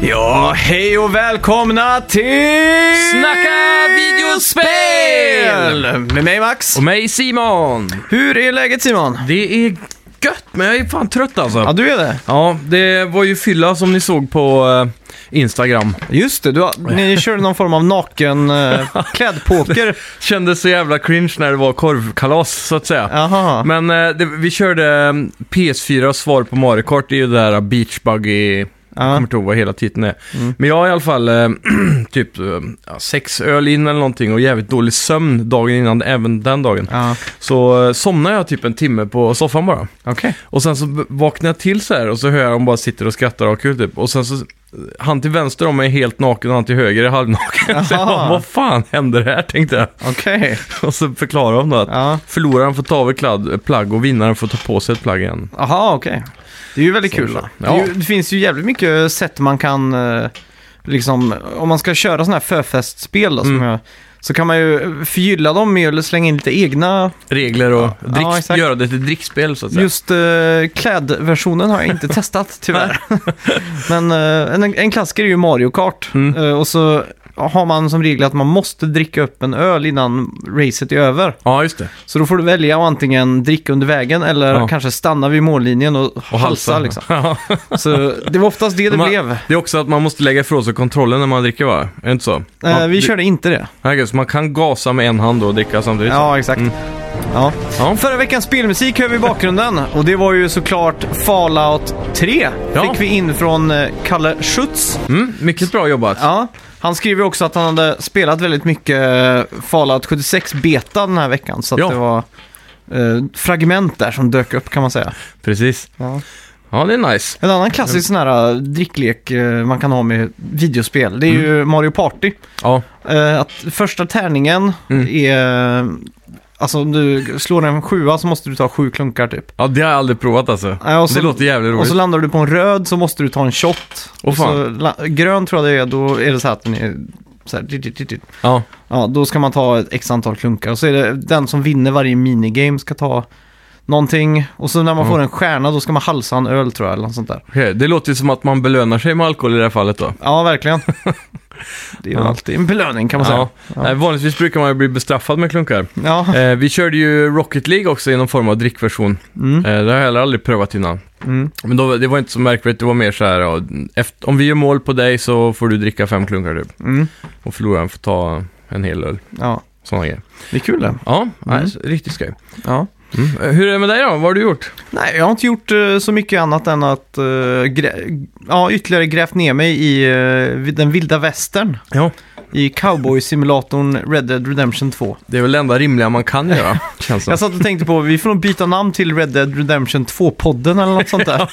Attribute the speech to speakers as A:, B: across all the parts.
A: Ja, hej och välkomna till...
B: Snacka videospel!
A: Med mig Max.
B: Och mig Simon!
A: Hur är läget Simon?
B: Det är gött, men jag är fan trött
A: Ja,
B: alltså.
A: du är det.
B: Ja, det var ju fylla som ni såg på eh, Instagram.
A: Just det, du har, ni körde någon form av naken eh, klädpoker.
B: Kändes så jävla cringe när det var korvkalas, så att säga.
A: Jaha.
B: Men eh, det, vi körde eh, PS4 svar på Mario Kart, det är ju det där Beach Buggy... Jag
A: Ja. Mm.
B: kommer inte ihåg vad hela titeln är. Men jag har i alla fall eh, typ eh, ja, sex öl in eller någonting och jävligt dålig sömn dagen innan, även den dagen.
A: Ja,
B: Så eh, somnade jag typ en timme på soffan bara.
A: okej.
B: Och sen så b- vaknar jag till så här och så hör jag dem bara sitter och skrattar och har kul typ. Och sen så, han till vänster om mig är helt naken och han till höger är halvnaken. Så jag
A: Aha.
B: bara, vad fan händer här tänkte jag.
A: Okej.
B: Och så förklarar de då att
A: Ja.
B: förloraren får ta av ett kladd, plagg och vinnaren får ta på sig ett plagg igen.
A: Jaha, okej. Det är ju väldigt kul. Då.
B: så.
A: Det, är ju,
B: Ja.
A: det finns ju jävligt mycket sätt man kan, eh, liksom, om man ska köra sådana här förfestspel då, som
B: Mm.
A: jag, så kan man ju förgylla dem med att slänga in lite egna.
B: Regler och
A: Ja,
B: dricks,
A: exakt.
B: göra det till drickspel så att säga.
A: Just eh, klädversionen har jag inte testat tyvärr. Men eh, en, en klassiker är ju Mario Kart.
B: Mm.
A: Eh, och så har man som regel att man måste dricka upp en öl innan racet är över.
B: Ja, just det.
A: Så då får du välja att antingen dricka under vägen eller
B: Ja.
A: kanske stanna vid mållinjen och, halsa. Liksom.
B: Ja.
A: Så det var oftast det det
B: Man-
A: blev.
B: Det är också att man måste lägga ifrån sig kontrollen när man dricker va? Är det inte så?
A: Eh, vi
B: det-
A: körde inte det.
B: Ja, okej, så man kan gasa med en hand då och dricka samtidigt?
A: Ja, exakt.
B: Mm.
A: Ja.
B: Ja.
A: Förra veckans spelmusik hör vi i bakgrunden och det var ju såklart Fallout 3.
B: Ja.
A: Fick vi in från eh, Kalle Schütz.
B: Mm, mycket bra jobbat.
A: Ja, han skriver också att han hade spelat väldigt mycket eh, Fallout 76 beta den här veckan. Så att
B: Ja.
A: det var eh, fragment där som dök upp kan man säga.
B: Precis. Ja, det är nice.
A: En annan klassisk sån här eh, dricklek eh, man kan ha med videospel, det är ju
B: Mm.
A: Mario Party.
B: Ja,
A: Eh, att första tärningen
B: Mm.
A: är... eh, Alltså om du slår en sjua så måste du ta sju klunkar typ.
B: ja det har jag aldrig provat alltså.
A: Ja, och så-
B: det låter jävligt roligt.
A: Och så landar du på en röd så måste du ta en shot.
B: Åh, fan.
A: så, la- grön tror jag det är, då är det så här att den är så här, dit, dit, dit, dit.
B: Ja,
A: Ja, då ska man ta ett x antal klunkar. Och så är det den som vinner varje minigame ska ta någonting. Och så när man
B: Mm.
A: får en stjärna då ska man halsa en öl tror jag eller något sånt där.
B: okej. Det låter ju som att man belönar sig med alkohol i det här fallet då.
A: Ja, verkligen. det är ju
B: Ja.
A: alltid en belöning kan man säga.
B: Ja. Nej, vanligtvis brukar man ju bli bestraffad med klunkar.
A: Ja,
B: Eh, vi körde ju Rocket League också i någon form av drickversion.
A: mm,
B: Eh, det har jag heller aldrig prövat innan.
A: mm.
B: Men då, det var inte så märkvärdigt, det var mer så här, ja, efter, om vi gör mål på dig så får du dricka fem klunkar typ.
A: Mm.
B: Och förloraren får ta en hel öl.
A: ja.
B: Sådana grejer.
A: Det är kul det.
B: Ja, nej,
A: Mm.
B: så- riktigt skoj.
A: Ja.
B: Mm. Eh, Hur är det med dig då? Vad har du gjort?
A: Nej, jag har inte gjort eh, så mycket annat än att eh, grä- ja, ytterligare grävt ner mig i eh, vid- den vilda västern.
B: Ja.
A: I cowboy-simulatorn Red Dead Redemption 2.
B: Det är väl det enda rimliga man kan göra, känns det
A: Jag satt och tänkte på, vi får nog byta namn till Red Dead Redemption 2-podden eller något sånt där.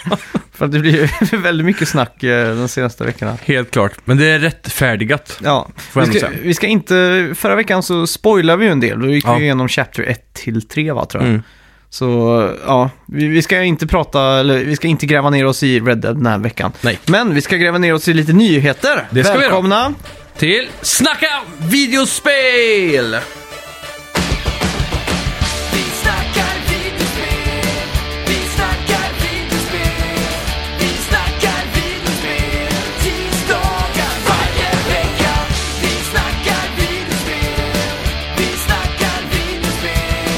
A: För att det blir ju väldigt mycket snack eh, de senaste veckorna.
B: Helt klart, men det är rättfärdigat.
A: Ja,
B: Får jag
A: vi
B: ändå
A: ska,
B: säga.
A: vi ska inte, förra veckan så spoilade vi ju en del, då gick
B: Ja.
A: vi igenom Chapter 1 till 3 va tror jag.
B: Mm.
A: Så ja, vi, vi ska inte prata, eller vi ska inte gräva ner oss i Red Dead den här veckan.
B: Nej.
A: Men vi ska gräva ner oss i lite nyheter.
B: Det ska vi göra.
A: Välkomna!
B: Till Snacka videospel!
C: Vi snackar videospel, vi snackar videospel, vi snackar videospel, tisdagar varje vecka. Vi snackar videospel, vi snackar videospel,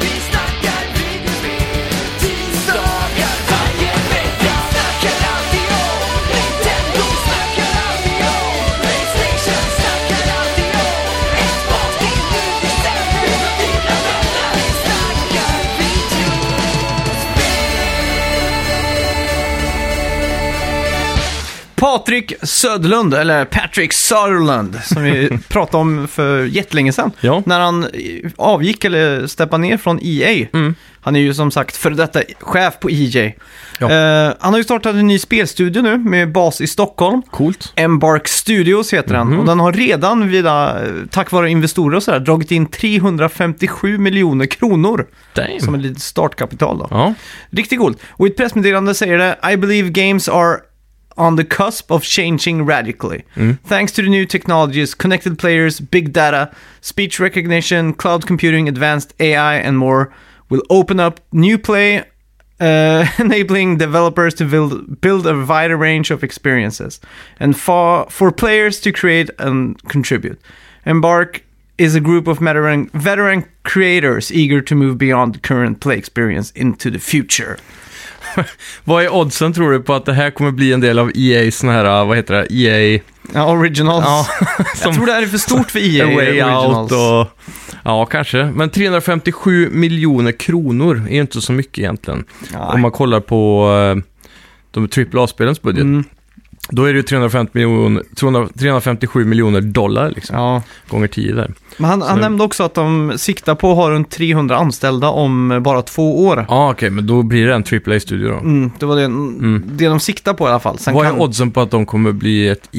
C: vi snackar videospel, tisdagar varje vecka. Snackar alltid om Nintendo, snackar alltid om Playstation, snackar alltid om Xbox, det är nu vi sänder och dina vänner. Vi snackar videospel.
A: Patrik Söderlund, eller Patrick Sutherland, som vi pratade om för jättelänge sedan.
B: Ja.
A: När han eh, avgick eller steppade ner från EA.
B: Mm.
A: Han är ju som sagt före detta chef på EJ.
B: Ja.
A: Eh, han har ju startat en ny spelstudio nu med bas i Stockholm.
B: Coolt.
A: Embark Studios heter den
B: Mhm.
A: och den har redan via, tack vare investorer och sådär, dragit in 357 miljoner kronor
B: Damn.
A: som ett litet startkapital. Då.
B: Ja,
A: Riktigt coolt. Och i ett pressmeddelande säger det I believe games are on the cusp of changing radically. Thanks to the new technologies, connected players, big data, speech recognition, cloud computing, advanced AI and more will open up new play uh, enabling developers to build, build a wider range of experiences and for, for players to create and contribute. Embark is a group of veteran, veteran creators eager to move beyond current play experience into the future.
B: Vad är oddsen tror du på att det här kommer bli en del av EA sån här, vad heter det, E EA...
A: Ja, originals.
B: Ja,
A: Jag tror det här är för stort för EA.
B: E A Way
A: originals.
B: Out och... Ja, kanske. Men 357 miljoner kronor är ju inte så mycket egentligen. Om man kollar på eh, de AAA-spelens budget.
A: Mm,
B: Då är det ju 350 miljoner, 200 357 miljoner dollar liksom.
A: ja.
B: Gånger 10 där.
A: Men han, han
B: det-
A: nämnde också att de siktar på att ha runt 300 anställda om eh, bara två år.
B: Ja, ah, okej, men då blir det en AAA-studio då.
A: Mm, det var det, det de siktar på i alla fall. Sen
B: Vad
A: kan-
B: är oddsen på att de kommer bli ett E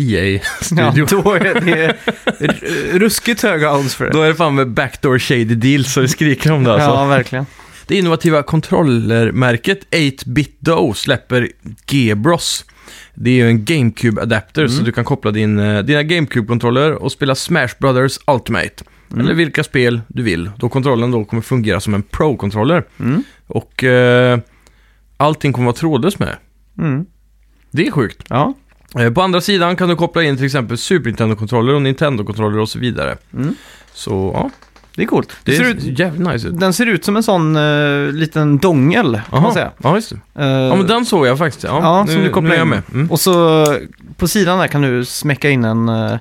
A: Ja,
B: EA-studio?
A: då är det r- ruskigt höga odds för det.
B: Då är det fan med backdoor shady deals så det skriker om det alltså.
A: Ja, verkligen.
B: Det innovativa kontrollermärket 8-Bit Do släpper Gbros. Det är ju en GameCube-adapter så du kan koppla din, eh, dina GameCube-kontroller och spela Smash Brothers Ultimate. Eller vilka spel du vill, då kontrollen då kommer fungera som en Pro-kontroller.
A: Mm.
B: Och eh, allting kommer vara trådlöst med.
A: Mm.
B: Det är sjukt.
A: Ja.
B: Eh, på andra sidan kan du koppla in till exempel Super Nintendo-kontroller och Nintendo-kontroller och så vidare.
A: Mm.
B: Så ja,
A: Det är coolt.
B: det
A: Det ser
B: är
A: ut,
B: jävligt nice ut.
A: den ser ut som en sån eh, liten dongel, kan man säga.
B: ja just det.
A: Eh,
B: Ja, men den såg jag faktiskt. Ja,
A: ja,
B: nu,
A: som du kopplar
B: nu är jag
A: in.
B: med. Mm.
A: Och så på sidan där kan du smäcka in en eh,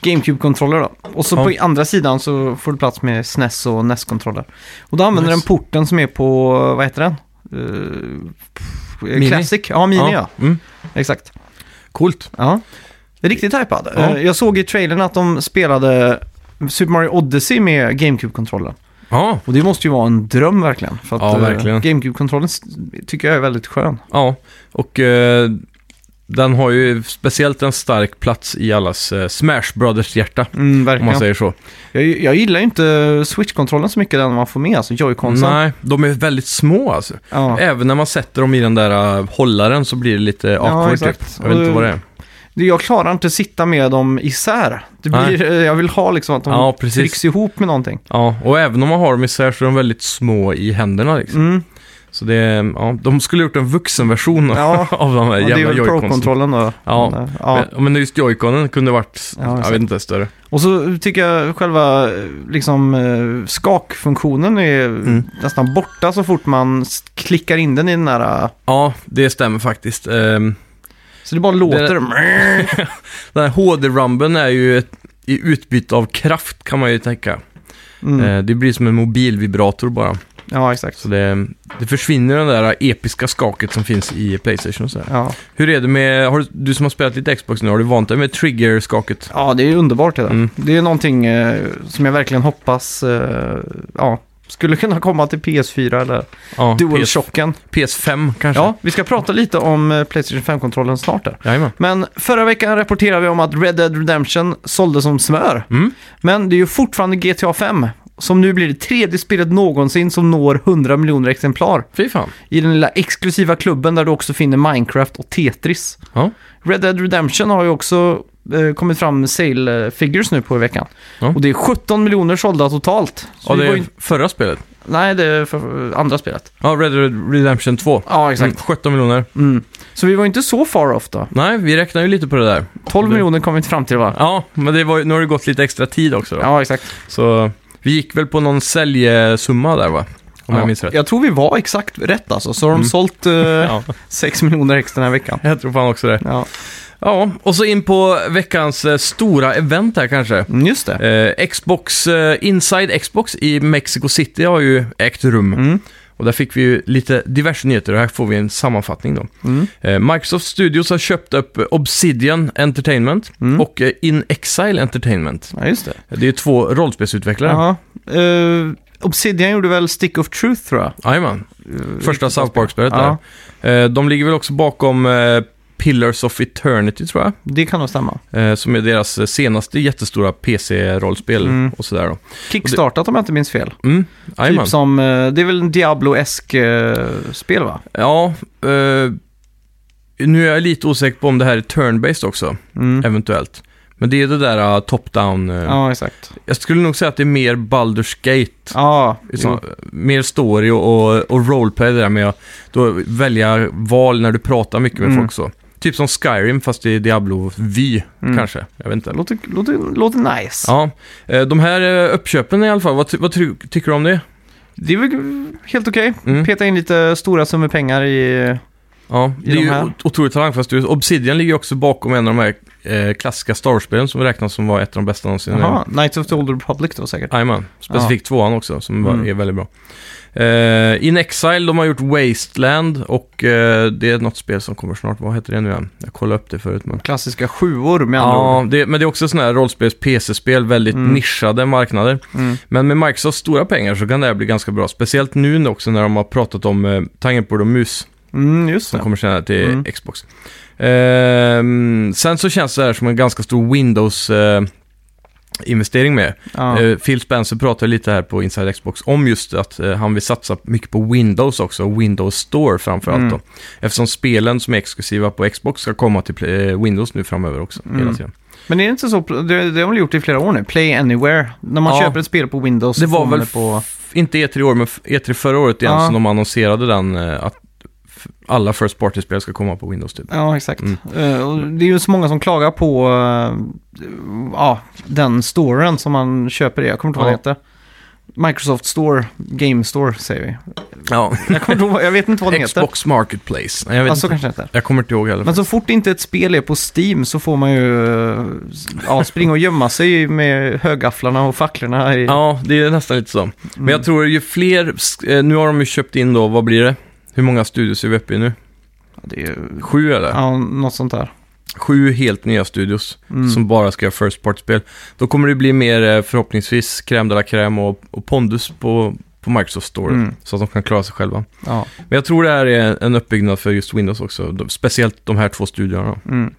A: GameCube-kontroller då. Och så
B: Ja.
A: på andra sidan så får du plats med SNES och NES-kontroller. Och då använder
B: Nice.
A: den porten som är på, vad heter den? Eh, pff,
B: Mini.
A: Classic? Ja, Mini ja.
B: Mm.
A: Exakt.
B: Coolt.
A: Ja. Riktigt hypad.
B: Ja.
A: Eh, Jag såg i trailern att de spelade Super Mario Odyssey med GameCube-kontrollen.
B: Ja,
A: Och det måste ju vara en dröm verkligen. För att
B: Ja,
A: eh,
B: verkligen.
A: GameCube-kontrollen s- tycker jag är väldigt skön.
B: ja. och eh, den har ju speciellt en stark plats i allas eh, Smash Brothers hjärta.
A: Mm,
B: Om man
A: verkligen.
B: säger så.
A: Jag, jag gillar ju inte Switch-kontrollen så mycket, den man får med, alltså Joy-Consen.
B: Nej, de är väldigt små alltså.
A: Ja.
B: Även när man sätter dem i den där eh, hållaren så blir det lite awkward
A: exakt.
B: typ. Jag vet inte
A: Och-
B: vad det är.
A: Det- Jag klarar inte att sitta med dem isär. Det
B: Nej.
A: blir, eh, jag vill ha liksom att de
B: Ja, precis.
A: trycks ihop med någonting.
B: Ja, och även om man har dem isär så är de väldigt små i händerna liksom.
A: Mm.
B: Så det, är- ja, de skulle ha gjort en vuxenversion
A: Ja.
B: av de här
A: Ja, det är
B: jävla
A: väl
B: joyconsen.
A: Pro-kontrollen då.
B: Ja.
A: Men, eh, ja.
B: Men- Men just joyconen kunde varit,
A: Ja,
B: jag
A: exakt.
B: vet inte, större.
A: Och så tycker jag själva eh, liksom, eh, skakfunktionen är nästan borta så fort man s- klickar in den i den där. eh,
B: Ja, det stämmer faktiskt. Ehm,
A: Så det bara låter.
B: Den här HD-rumben är ju ett, i utbyte av kraft kan man ju tänka.
A: Mm.
B: Eh, Det blir som en mobilvibrator bara.
A: Ja, exakt.
B: Så det, det försvinner den där episka skaket som finns i Playstation och så här.
A: Ja.
B: Hur är det med, har du, du som har spelat lite Xbox nu, har du vant dig med trigger-skaket?
A: ja, det är underbart det där.
B: Mm.
A: Det är någonting eh, som jag verkligen hoppas eh, ja, skulle kunna komma till PS4 eller
B: Ja, PS,
A: DualShocken.
B: PS5 kanske?
A: Ja, vi ska prata lite om eh, Playstation 5-kontrollen snart där.
B: Jajamän.
A: Men förra veckan rapporterade vi om att Red Dead Redemption sålde som smör.
B: Mm.
A: Men det är ju fortfarande GTA 5 som nu blir det tredje spelet någonsin som når 100 miljoner exemplar
B: Fy fan.
A: i den lilla exklusiva klubben där du också finner Minecraft och Tetris.
B: Ja.
A: Red Dead Redemption har ju också eh, kommit fram med sale eh, figures nu på i veckan.
B: Ja.
A: Och det är 17 miljoner sålda totalt. Så
B: Ja,
A: vi
B: det
A: var
B: är
A: ju-
B: förra spelet.
A: Nej, det är för, andra spelet.
B: Ja, Red Dead Redemption 2.
A: Ja,
B: Mm, 17 miljoner.
A: Mm. Så vi var inte så far off då.
B: Nej, vi räknar ju lite på det där.
A: 12
B: Det-
A: miljoner kom vi inte fram till va?
B: Ja, men det var, ju- nu har det gått lite extra tid också då.
A: Ja, exakt.
B: Så vi gick väl på någon säljsumma där va? Om
A: Ja,
B: jag minns rätt.
A: Jag tror vi var exakt rätt alltså, så har de
B: Mm.
A: sålt eh,
B: Ja,
A: 6 miljoner extra den här veckan.
B: jag tror fan också det.
A: Ja,
B: Ja, och så in på veckans eh, stora event här kanske.
A: Mm, just det.
B: Eh, Xbox, eh, Inside Xbox i Mexico City har ju ägt rum.
A: Mm.
B: Och där fick vi ju lite diverse nyheter och här får vi en sammanfattning då.
A: Mm.
B: Eh, Microsoft Studios har köpt upp Obsidian Entertainment
A: Mm.
B: och eh, In Exile Entertainment.
A: Ja, just det.
B: Det är ju två rollspelsutvecklare.
A: Jaha. Eh, Obsidian gjorde väl Stick of Truth tror jag.
B: Jajamän. Första South Park-spelet
A: Eh, Ja.
B: där. Eh, De ligger väl också bakom eh, Pillars of Eternity tror jag.
A: Det kan nog stämma.
B: eh, Som är deras eh, senaste jättestora PC-rollspel
A: Mm.
B: och sådär då.
A: Kickstartat om jag inte minns fel.
B: Mm, jajamän.
A: Typ som, eh, det är väl en Diablo-esk eh, spel va?
B: Ja, eh, nu är jag lite osäker på om det här är turn-based också,
A: Mm.
B: eventuellt. Men det är det där eh, top-down. eh,
A: Ja, exakt.
B: Jag skulle nog säga att det är mer Baldur's Gate.
A: Ja,
B: Så,
A: jo.
B: liksom, mer story och, och, och roleplay det där med att då välja val när du pratar mycket med
A: Mm.
B: folk så. Typ som Skyrim fast i Diablo-vy
A: Mm.
B: kanske. Jag vet inte.
A: låter, låter, låter nice.
B: Ja, eh, de här eh, uppköpen i alla fall, vad, ty- vad ty- tycker du om det?
A: Det är väl helt okej.
B: Mm.
A: Peta in lite stora summor pengar i...
B: Ja, det
A: I
B: är
A: de
B: ju
A: här?
B: o- otroligt talangfullt. Du- Obsidian ligger ju också bakom en av de här eh, klassiska Star Wars-spelen som räknas som var ett av de bästa någonsin.
A: Jaha, Knights of the Old Republic då säkert.
B: Jajamän, specifikt tvåan också som var,
A: Mm.
B: är väldigt bra. Eh, In Exile, de har gjort Wasteland och eh, det är något spel som kommer snart. Vad heter det nu igen? Jag kollade upp det förut. Men...
A: Klassiska sjuor med andra
B: Ja,
A: ord.
B: det, men det är också sådana här rollspels-PC-spel, väldigt
A: Mm.
B: nischade marknader.
A: Mm.
B: Men med Microsofts stora pengar så kan det här bli ganska bra. Speciellt nu också när de har pratat om eh, tangentbord och mus
A: Mm, just
B: som
A: det.
B: kommer senare till
A: Mm.
B: Xbox. Ehm, sen så känns det här som en ganska stor Windows-investering med.
A: Ja.
B: Eh, Phil Spencer pratade lite här på Inside Xbox om just att eh, han vill satsa mycket på Windows också, och Windows Store framförallt
A: Mm.
B: då. Eftersom spelen som är exklusiva på Xbox ska komma till Play- eh, Windows nu framöver också, hela
A: Mm.
B: tiden.
A: Men är det inte så, det, det har väl gjort i flera år nu, Play Anywhere. När man
B: Ja.
A: köper ett spel på Windows
B: Det
A: så får
B: var
A: man
B: väl
A: på...
B: f- inte E3 i år, men f- E3 förra året igen
A: Ja.
B: som de annonserade den, eh, att f- alla First Party-spel ska komma på Windows typ.
A: Ja, exakt.
B: Mm.
A: Eh, och det är ju så många som klagar på eh, ja, den storen som man köper i. Jag kommer inte ihåg vad den heter. Microsoft Store, Game Store säger vi.
B: Ja,
A: Jag, kommer inte ihåg, jag vet inte vad den heter.
B: Xbox Marketplace. Nej, jag vet
A: Ja, så
B: inte.
A: kanske den heter.
B: Jag kommer inte ihåg heller.
A: Men så fort inte ett spel är på Steam så får man ju eh, ja, springa och gömma sig med högafflarna och facklorna. I,
B: Ja, det är nästan lite så. Men
A: Mm.
B: jag tror ju fler, sk- eh, nu har de ju köpt in då, vad blir det? Hur många studios är vi uppe i nu?
A: det är ju,
B: Sju eller?
A: ja, något sånt där.
B: Sju helt nya studios
A: Mm.
B: som bara ska göra first part-spel. Då kommer det bli mer eh, förhoppningsvis crème de la crème och, och pondus på, på Microsoft Store.
A: Mm.
B: Så att de kan klara sig själva.
A: Ja.
B: Men jag tror det här är en uppbyggnad för just Windows också. De- Speciellt de här två studiorna.
A: Mm.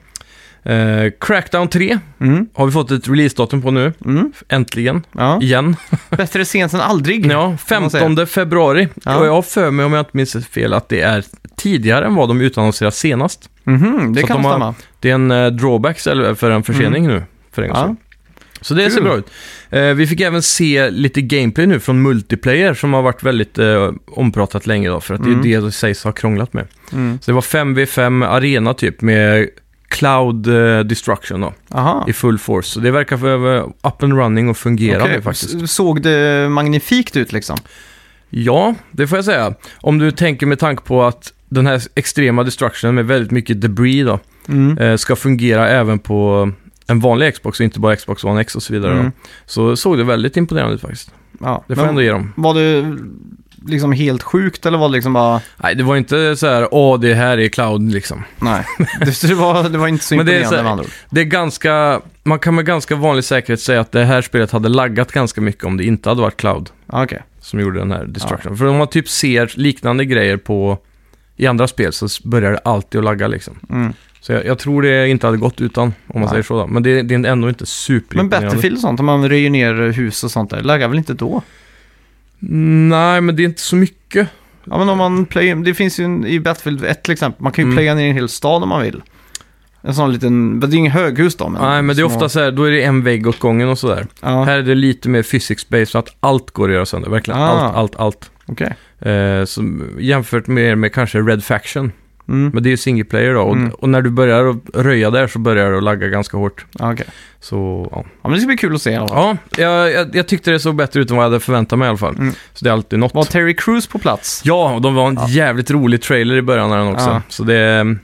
B: Eh, Crackdown 3
A: Mm.
B: har vi fått ett releasedatum på nu.
A: Mm.
B: Äntligen.
A: Ja.
B: Igen.
A: Bättre sent än aldrig.
B: Ja,
A: Kan man säga.
B: 15 februari.
A: Ja.
B: Och jag har för mig, om jag inte minns fel, att det är tidigare än vad de utannonserade senast.
A: Mhm, det
B: Så att
A: kan
B: de har-
A: stämma.
B: Det är en eh, drawback eller för en försening nu, för en gångs
A: Mm. Ja.
B: skull. Så det ser
A: Kul.
B: bra ut. Eh, vi fick även se lite gameplay nu från multiplayer som har varit väldigt eh, ompratat länge då, för att
A: Mm.
B: det är ju det det sägs ha krånglat med.
A: Mm.
B: Så det var 5v5 arena typ med cloud eh, destruction då,
A: Aha.
B: i full force. Så det verkar vara up and running och fungera
A: Okej,
B: nu faktiskt.
A: s- Såg det magnifikt ut liksom?
B: Ja, det får jag säga. Om du tänker med tanke på att den här extrema destructionen med väldigt mycket debris då,
A: Mm.
B: eh, ska fungera även på en vanlig Xbox och inte bara Xbox One X och så vidare.
A: Mm.
B: Då. Så såg det väldigt imponerande ut faktiskt.
A: Ja.
B: Det får jag
A: Men
B: ändå ge dem.
A: Var det liksom helt sjukt eller var det liksom bara...
B: Nej, det var inte så här, åh, det här är cloud liksom.
A: Nej, det, det, var, det var inte så
B: Men det är
A: imponerande
B: så här-
A: med andra ord.
B: Det är ganska, man kan med ganska vanlig säkerhet säga att det här spelet hade laggat ganska mycket om det inte hade varit cloud
A: Ja, Okej.
B: som gjorde den här destructionen. För om man typ ser liknande grejer på, i andra spel så börjar det alltid att lagga liksom.
A: Mm.
B: Så jag, jag tror det inte hade gått utan, om man
A: Nej.
B: säger så. Då. Men det, det är ändå inte super.
A: Men Battlefield och sånt, om man röjer ner hus och sånt där, laggar väl inte då?
B: Nej, men det är inte så mycket.
A: Ja men om man play, det finns ju en, i Battlefield 1 till exempel, man kan ju
B: Mm.
A: playa ner en hel stad om man vill. En sån liten, men det är ingen höghus då men...
B: Nej, men det är
A: små-
B: ofta så här, då är det en vägg åt gången och sådär.
A: Ja,
B: Här är det lite mer physics-based, så att allt går att göra sönder. Verkligen
A: Ah.
B: allt, allt, allt.
A: okej.
B: Eh, så jämfört med, med kanske Red Faction,
A: Mm.
B: men det är ju single player då. Och,
A: Mm.
B: och när du börjar att röja där så börjar det att lagga ganska hårt.
A: Ja, okej.
B: Så, ja.
A: Ja men det ska bli kul att se i alla fall.
B: Ja, jag, jag, jag tyckte det såg bättre ut än vad jag hade förväntat mig i alla fall.
A: Mm.
B: Så det är alltid något.
A: Var Terry Crews på plats?
B: Ja, och de var en
A: Ja.
B: jävligt rolig trailer i början av den också.
A: Ja.
B: Så det...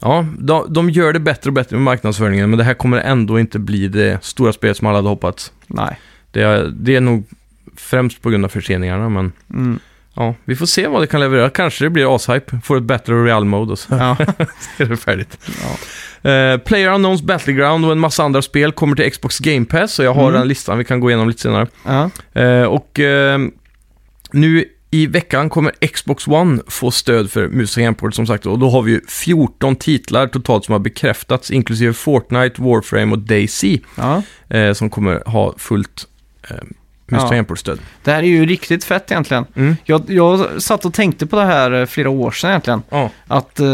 B: Ja, de, de gör det bättre och bättre med marknadsföringen, men det här kommer ändå inte bli det stora spelet som alla hade hoppats.
A: Nej.
B: Det är, det är nog främst på grund av förseningarna, men
A: Mm.
B: ja, vi får se vad det kan leverera. Kanske det blir ashype, får ett bättre real mode och så
A: Ja.
B: är det färdigt.
A: ja.
B: Uh, Player Unknowns Battleground och en massa andra spel kommer till Xbox Game Pass, så jag har
A: Mm.
B: den listan, vi kan gå igenom lite senare.
A: ja.
B: Eh, och eh, nu i veckan kommer Xbox One få stöd för mus och handport som sagt. Och då har vi ju 14 titlar totalt som har bekräftats, inklusive Fortnite, Warframe och DayZ,
A: ja.
B: eh, som kommer ha fullt eh, mus
A: Ja.
B: och handportstöd.
A: Det här är ju riktigt fett egentligen.
B: Mm.
A: Jag, jag satt och tänkte på det här eh, flera år sedan egentligen.
B: Ja.
A: Att eh,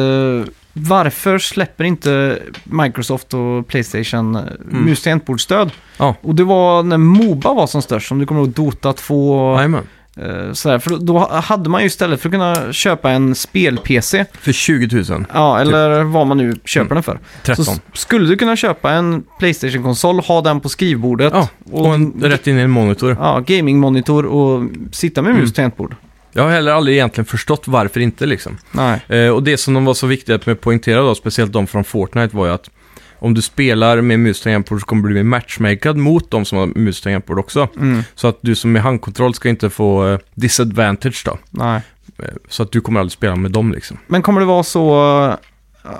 A: varför släpper inte Microsoft och Playstation eh, mus och tangentbordsstöd?
B: Mm. Ja.
A: Och det var när Moba var som störst, om du kommer ihåg Dota 2 och
B: Jajamän.
A: eh, sådär. För då- då hade man ju istället för att kunna köpa en spel-PC,
B: För 20 000.
A: ja, eller
B: Typ.
A: vad man nu köper
B: Mm.
A: den för.
B: 13.
A: Så s- skulle du kunna köpa en Playstation-konsol, ha den på skrivbordet
B: Ja, och en, rätt in i en monitor.
A: ja, gamingmonitor och sitta
B: Mm.
A: med mus och tangentbord.
B: Jag har heller aldrig egentligen förstått varför inte liksom.
A: Nej.
B: Eh, och det som de var så viktiga med att poängtera då, speciellt de från Fortnite, var ju att om du spelar med mus och tangentbord så kommer du bli matchmakad mot de som har mus och tangentbord också.
A: Mm.
B: Så att du som är handkontroll ska inte få eh, disadvantage då.
A: Nej.
B: Eh, Så att du kommer aldrig spela med dem liksom.
A: Men kommer det vara så eh,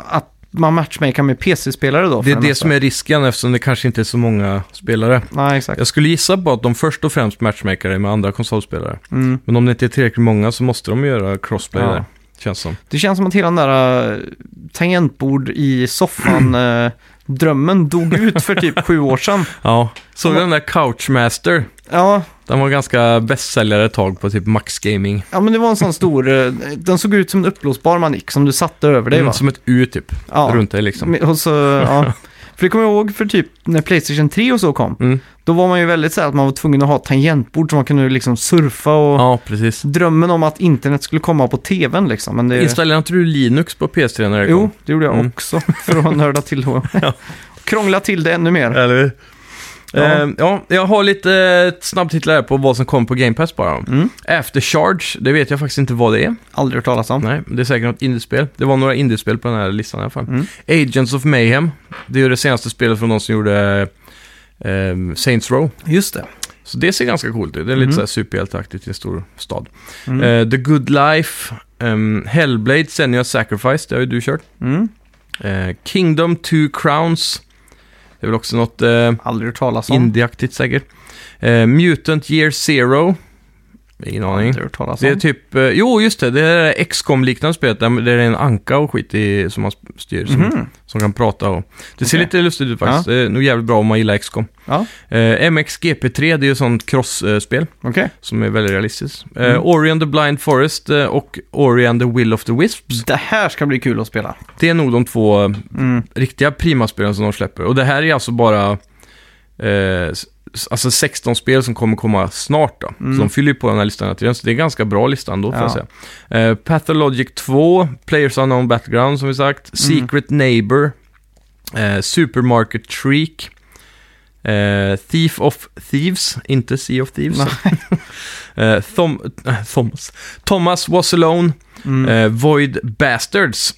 A: att man matchmakar med PC-spelare då? för
B: Det är det
A: mesta?
B: som är risken eftersom det kanske inte är så många spelare.
A: Nej, exakt.
B: Jag skulle gissa på att de först och främst matchmakar dig med andra konsolspelare.
A: Mm.
B: Men om det inte är tillräckligt många så måste de göra crossplay
A: Ja.
B: där. Känns som.
A: Det känns som att hela den där eh, tangentbord i soffan eh, drömmen dog ut för typ sju år sedan.
B: Ja. Såg du
A: Ja.
B: den där Couchmaster?
A: Ja,
B: Den var ganska bästsäljare ett tag på typ Max Gaming.
A: ja, men det var en sån stor, eh, den såg ut som en uppblåsbar manick som du satte över dig
B: Mm,
A: va?
B: Som ett U typ,
A: Ja. Mm.
B: runt dig liksom.
A: Men- Och så, ja. För det kommer jag ihåg för typ när Playstation 3 och så kom.
B: Mm.
A: Då var man ju väldigt så här att man var tvungen att ha ett tangentbord som man kunde liksom surfa och
B: Ja, precis.
A: drömmen om att internet skulle komma på tvn liksom. Men det...
B: Installerade inte du Linux på PS3 när det
A: Jo,
B: kom?
A: det gjorde jag
B: Mm.
A: också för att nörda till och krångla till det ännu mer.
B: Eller hur?
A: Ja.
B: Ja. Ehm, ja, jag har lite eh, snabbtitlar här på vad som kom på Game Pass bara.
A: Mm.
B: Aftercharge, det vet jag faktiskt inte vad det är.
A: Aldrig hört talas om.
B: Nej, det är säkert något indiespel. Det var några indiespel på den här listan i alla fall.
A: Mm.
B: Agents of Mayhem, det är ju det senaste spelet från de som gjorde eh, Saints Row.
A: Just det.
B: Så det ser ganska coolt ut. Det är
A: Mm.
B: lite så här superhjälteaktigt i en stor stad.
A: Mm.
B: Eh, The Good Life, ehm, Hellblade, Senua Sacrifice, det har ju du kört.
A: Mm.
B: Eh, Kingdom Two Crowns, det är väl också något eh,
A: Aldrig hört talas om.
B: indieaktigt säkert. Eh, Mutant Year Zero, ingen aning.
A: Aldrig hört talas om.
B: Det är typ, eh, jo just det, det är xcom liknande spelet där där det är en anka och skit i, som man styr, som,
A: Mhm.
B: som kan prata och... Det ser
A: Okej.
B: lite lustigt ut faktiskt, det är nog jävligt bra om man gillar XCOM.
A: Ja,
B: Eh, MXGP3, det är ju sånt cross-spel
A: okej.
B: som är väldigt realistiskt. Eh,
A: Mm.
B: Ori and the Blind Forest eh, och Ori and the Will of the Wisps.
A: Det här ska bli kul att spela.
B: Det är nog de två eh,
A: Mm.
B: riktiga primaspelen som de släpper. Och det här är alltså bara eh, s- alltså 16 spel som kommer komma snart då.
A: Mm.
B: Så de fyller ju på den här listan hela tiden, så det är en ganska bra lista ändå får jag
A: Ja.
B: säga. Eh, Pathologic 2, Players Unknown Battleground som vi sagt,
A: Mm.
B: Secret Neighbor, eh, Supermarket Treek, eh, Thief of Thieves, inte Sea of Thieves. eh, Thom- eh, Thomas. Thomas Was Alone,
A: Mm.
B: eh, Void Bastards.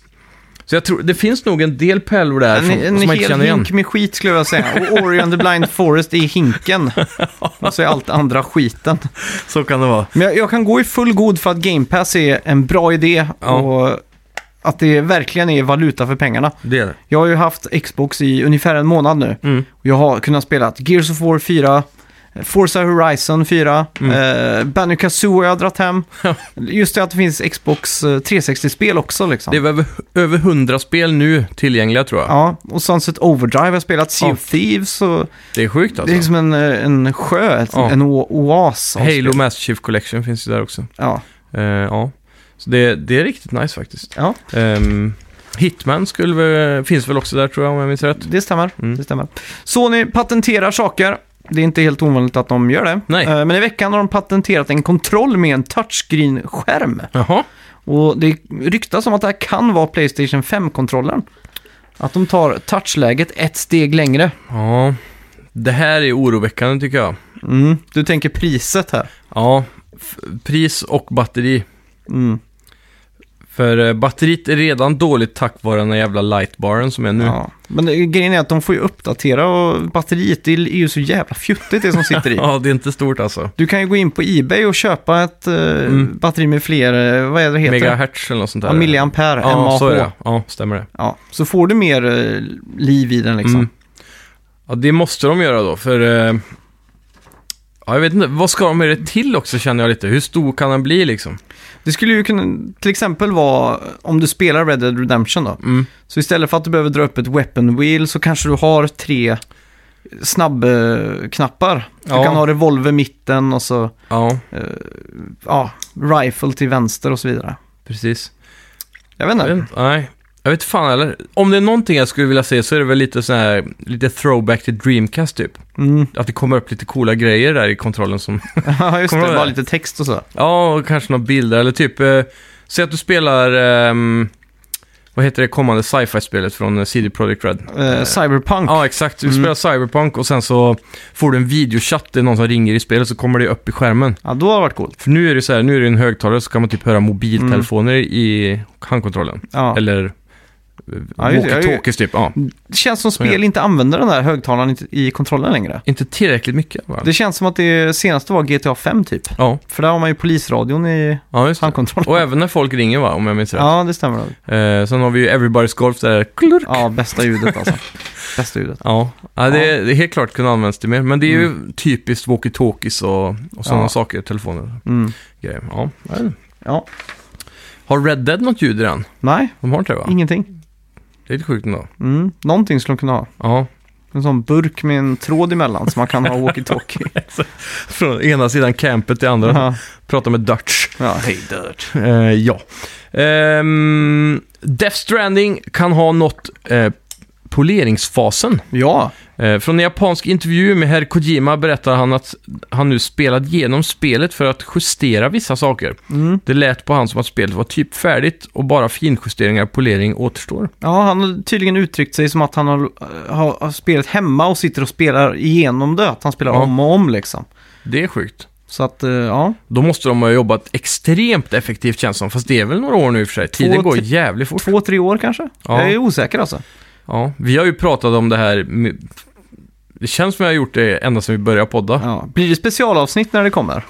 B: Så jag tror, det finns nog en del pärlor där
A: En,
B: som,
A: en
B: som man inte
A: hel
B: känner igen.
A: hink med skit skulle jag säga. Och Ori and the Blind Forest i hinken. Och så är allt andra skiten.
B: Så kan det vara.
A: Men jag, jag kan gå i full god för att Game Pass är en bra idé
B: Ja.
A: och att det verkligen är valuta för pengarna.
B: Det är det.
A: Jag har ju haft Xbox i ungefär en månad nu.
B: Mm.
A: Jag har kunnat spela Gears of War 4, Forza Horizon 4,
B: Mm.
A: eh, Banjo Kazooie har jag dragit hem. Just det att det finns Xbox eh, 360-spel också liksom.
B: Det är över, över 100 spel nu tillgängliga tror jag.
A: Ja, och Sunset Overdrive har jag spelat, Sea
B: Ja.
A: of Thieves och
B: Det är sjukt
A: det är
B: alltså.
A: liksom en, eh, en sjö, ett-
B: Ja.
A: en o- oas. av
B: Halo
A: spel.
B: Master Chief Collection finns ju där också.
A: Ja.
B: Eh, ja. Så det, det är riktigt nice faktiskt.
A: ja,
B: Ehm, Hitman skulle, väl- finns väl också där tror jag om jag minns rätt.
A: det stämmer.
B: Mm.
A: det stämmer. Sony patenterar saker. Det är inte helt ovanligt att de gör det.
B: Nej.
A: Eh, Men i veckan har de patenterat en kontroll med en touchscreen-skärm.
B: Jaha,
A: Och det ryktas om att det här kan vara Playstation 5-kontrollen. Att de tar touchläget ett steg längre.
B: ja. Det här är oroväckande tycker jag.
A: Mm. Du tänker priset här.
B: Ja, F- pris och batteri.
A: Mm.
B: För eh, batteriet är redan dåligt tack vare den här jävla lightbaren som är nu.
A: Ja. Men det- grejen är att de får ju uppdatera och batteriet det är ju så jävla fjuttigt det som sitter i.
B: ja, det är inte stort alltså.
A: Du kan ju gå in på Ebay och köpa ett eh,
B: Mm.
A: batteri med fler, eh, vad är det heter?
B: Megahertz eller något sånt där.
A: Ja, milliampere,
B: Ja,
A: MAH.
B: så är det. Ja, stämmer det.
A: Ja, så får du mer eh, liv i den liksom.
B: Mm. Ja, det måste de göra då, för... Eh, ja, jag vet inte, vad ska de med det till också känner jag lite. Hur stor kan den bli liksom?
A: Det skulle ju kunna till exempel vara om du spelar Red Dead Redemption då.
B: Mm.
A: Så istället för att du behöver dra upp ett weapon wheel så kanske du har tre snabbknappar. Du
B: Ja.
A: kan ha revolver mitten och så
B: Ja,
A: ja, rifle till vänster och så vidare.
B: precis.
A: Jag vet
B: Jag
A: inte.
B: vet inte, nej. Jag vet fan eller. Om det är någonting jag skulle vilja se så är det väl lite sån här, lite throwback till Dreamcast typ.
A: Mm.
B: Att det kommer upp lite coola grejer där i kontrollen som...
A: Ja, just det.
B: Kommer du ihåg
A: Bara
B: det?
A: lite text och så.
B: Ja, och kanske några bilder eller typ... Eh, säg att du spelar... ehm, vad heter det kommande sci-fi-spelet från eh, CD Projekt Red?
A: Eh, cyberpunk.
B: Ja, exakt. Du
A: Mm.
B: spelar Cyberpunk och sen så får du en videochatt. Det är någon som ringer i spelet så kommer det upp i skärmen.
A: Ja, då har det varit coolt.
B: För nu är det så här, nu är det en högtalare så kan man typ höra mobiltelefoner i handkontrollen.
A: Mm. Ja.
B: Eller eh,
A: Ja, just det. Jag är ju-
B: walkie-talkies typ. Ja.
A: Det känns som
B: gör
A: spel
B: det.
A: inte använder den där högtalaren i- i kontrollen längre.
B: Inte tillräckligt mycket va?
A: Det känns som att det senaste var GTA 5 typ.
B: Ja,
A: För där har man ju polisradion i
B: ja just det.
A: handkontrollen.
B: Och även när folk ringer va, om jag minns rätt.
A: Ja, det stämmer. nog.
B: Eh, sen har vi ju Everybody's Golf där. Klurk.
A: Ja, bästa ljudet alltså. bästa ljudet.
B: Ja, ja Mm. det,
A: Ja.
B: det är helt klart kunde användas till mer. Men det är ju typiskt walkie-talkies och, och sådana
A: Ja.
B: saker, telefoner
A: Mm.
B: och grejer. Ja. jag vet inte.
A: Ja.
B: Har Red Dead något ljud i den?
A: Nej,
B: De har inte det va?
A: ingenting.
B: Det är lite sjukt ändå.
A: Mm. Någonting skulle de kunna ha.
B: Ja.
A: En sån burk med en tråd emellan som man kan ha walkie-talkie.
B: Från ena sidan campet till andra.
A: ja.
B: Prata med Dutch.
A: ja. Hey Dirt.
B: Eh, ja. Ehm, Death Stranding kan ha nått eh, poleringsfasen.
A: Ja,
B: Eh, Från en japansk intervju med herr Kojima berättar han att han nu spelat igenom spelet för att justera vissa saker.
A: Mm.
B: Det lät på han som att spelet var typ färdigt och bara finjusteringar och polering återstår.
A: ja, han har tydligen uttryckt sig som att han har, eh, har, har spelat hemma och sitter och spelar igenom det. Att han spelar
B: Ja.
A: om och om liksom.
B: Det är sjukt.
A: Så att, eh, ja.
B: Då måste de ha jobbat extremt effektivt känns som, fast det är väl några år nu i och för sig. Tiden
A: Två,
B: går
A: tre-
B: jävligt fort.
A: Två, tre år kanske?
B: Ja.
A: Jag är osäker alltså.
B: Ja, vi har ju pratat om det här, med- det känns som jag har gjort det ända sedan vi började podda.
A: Ja. Blir det specialavsnitt när det kommer?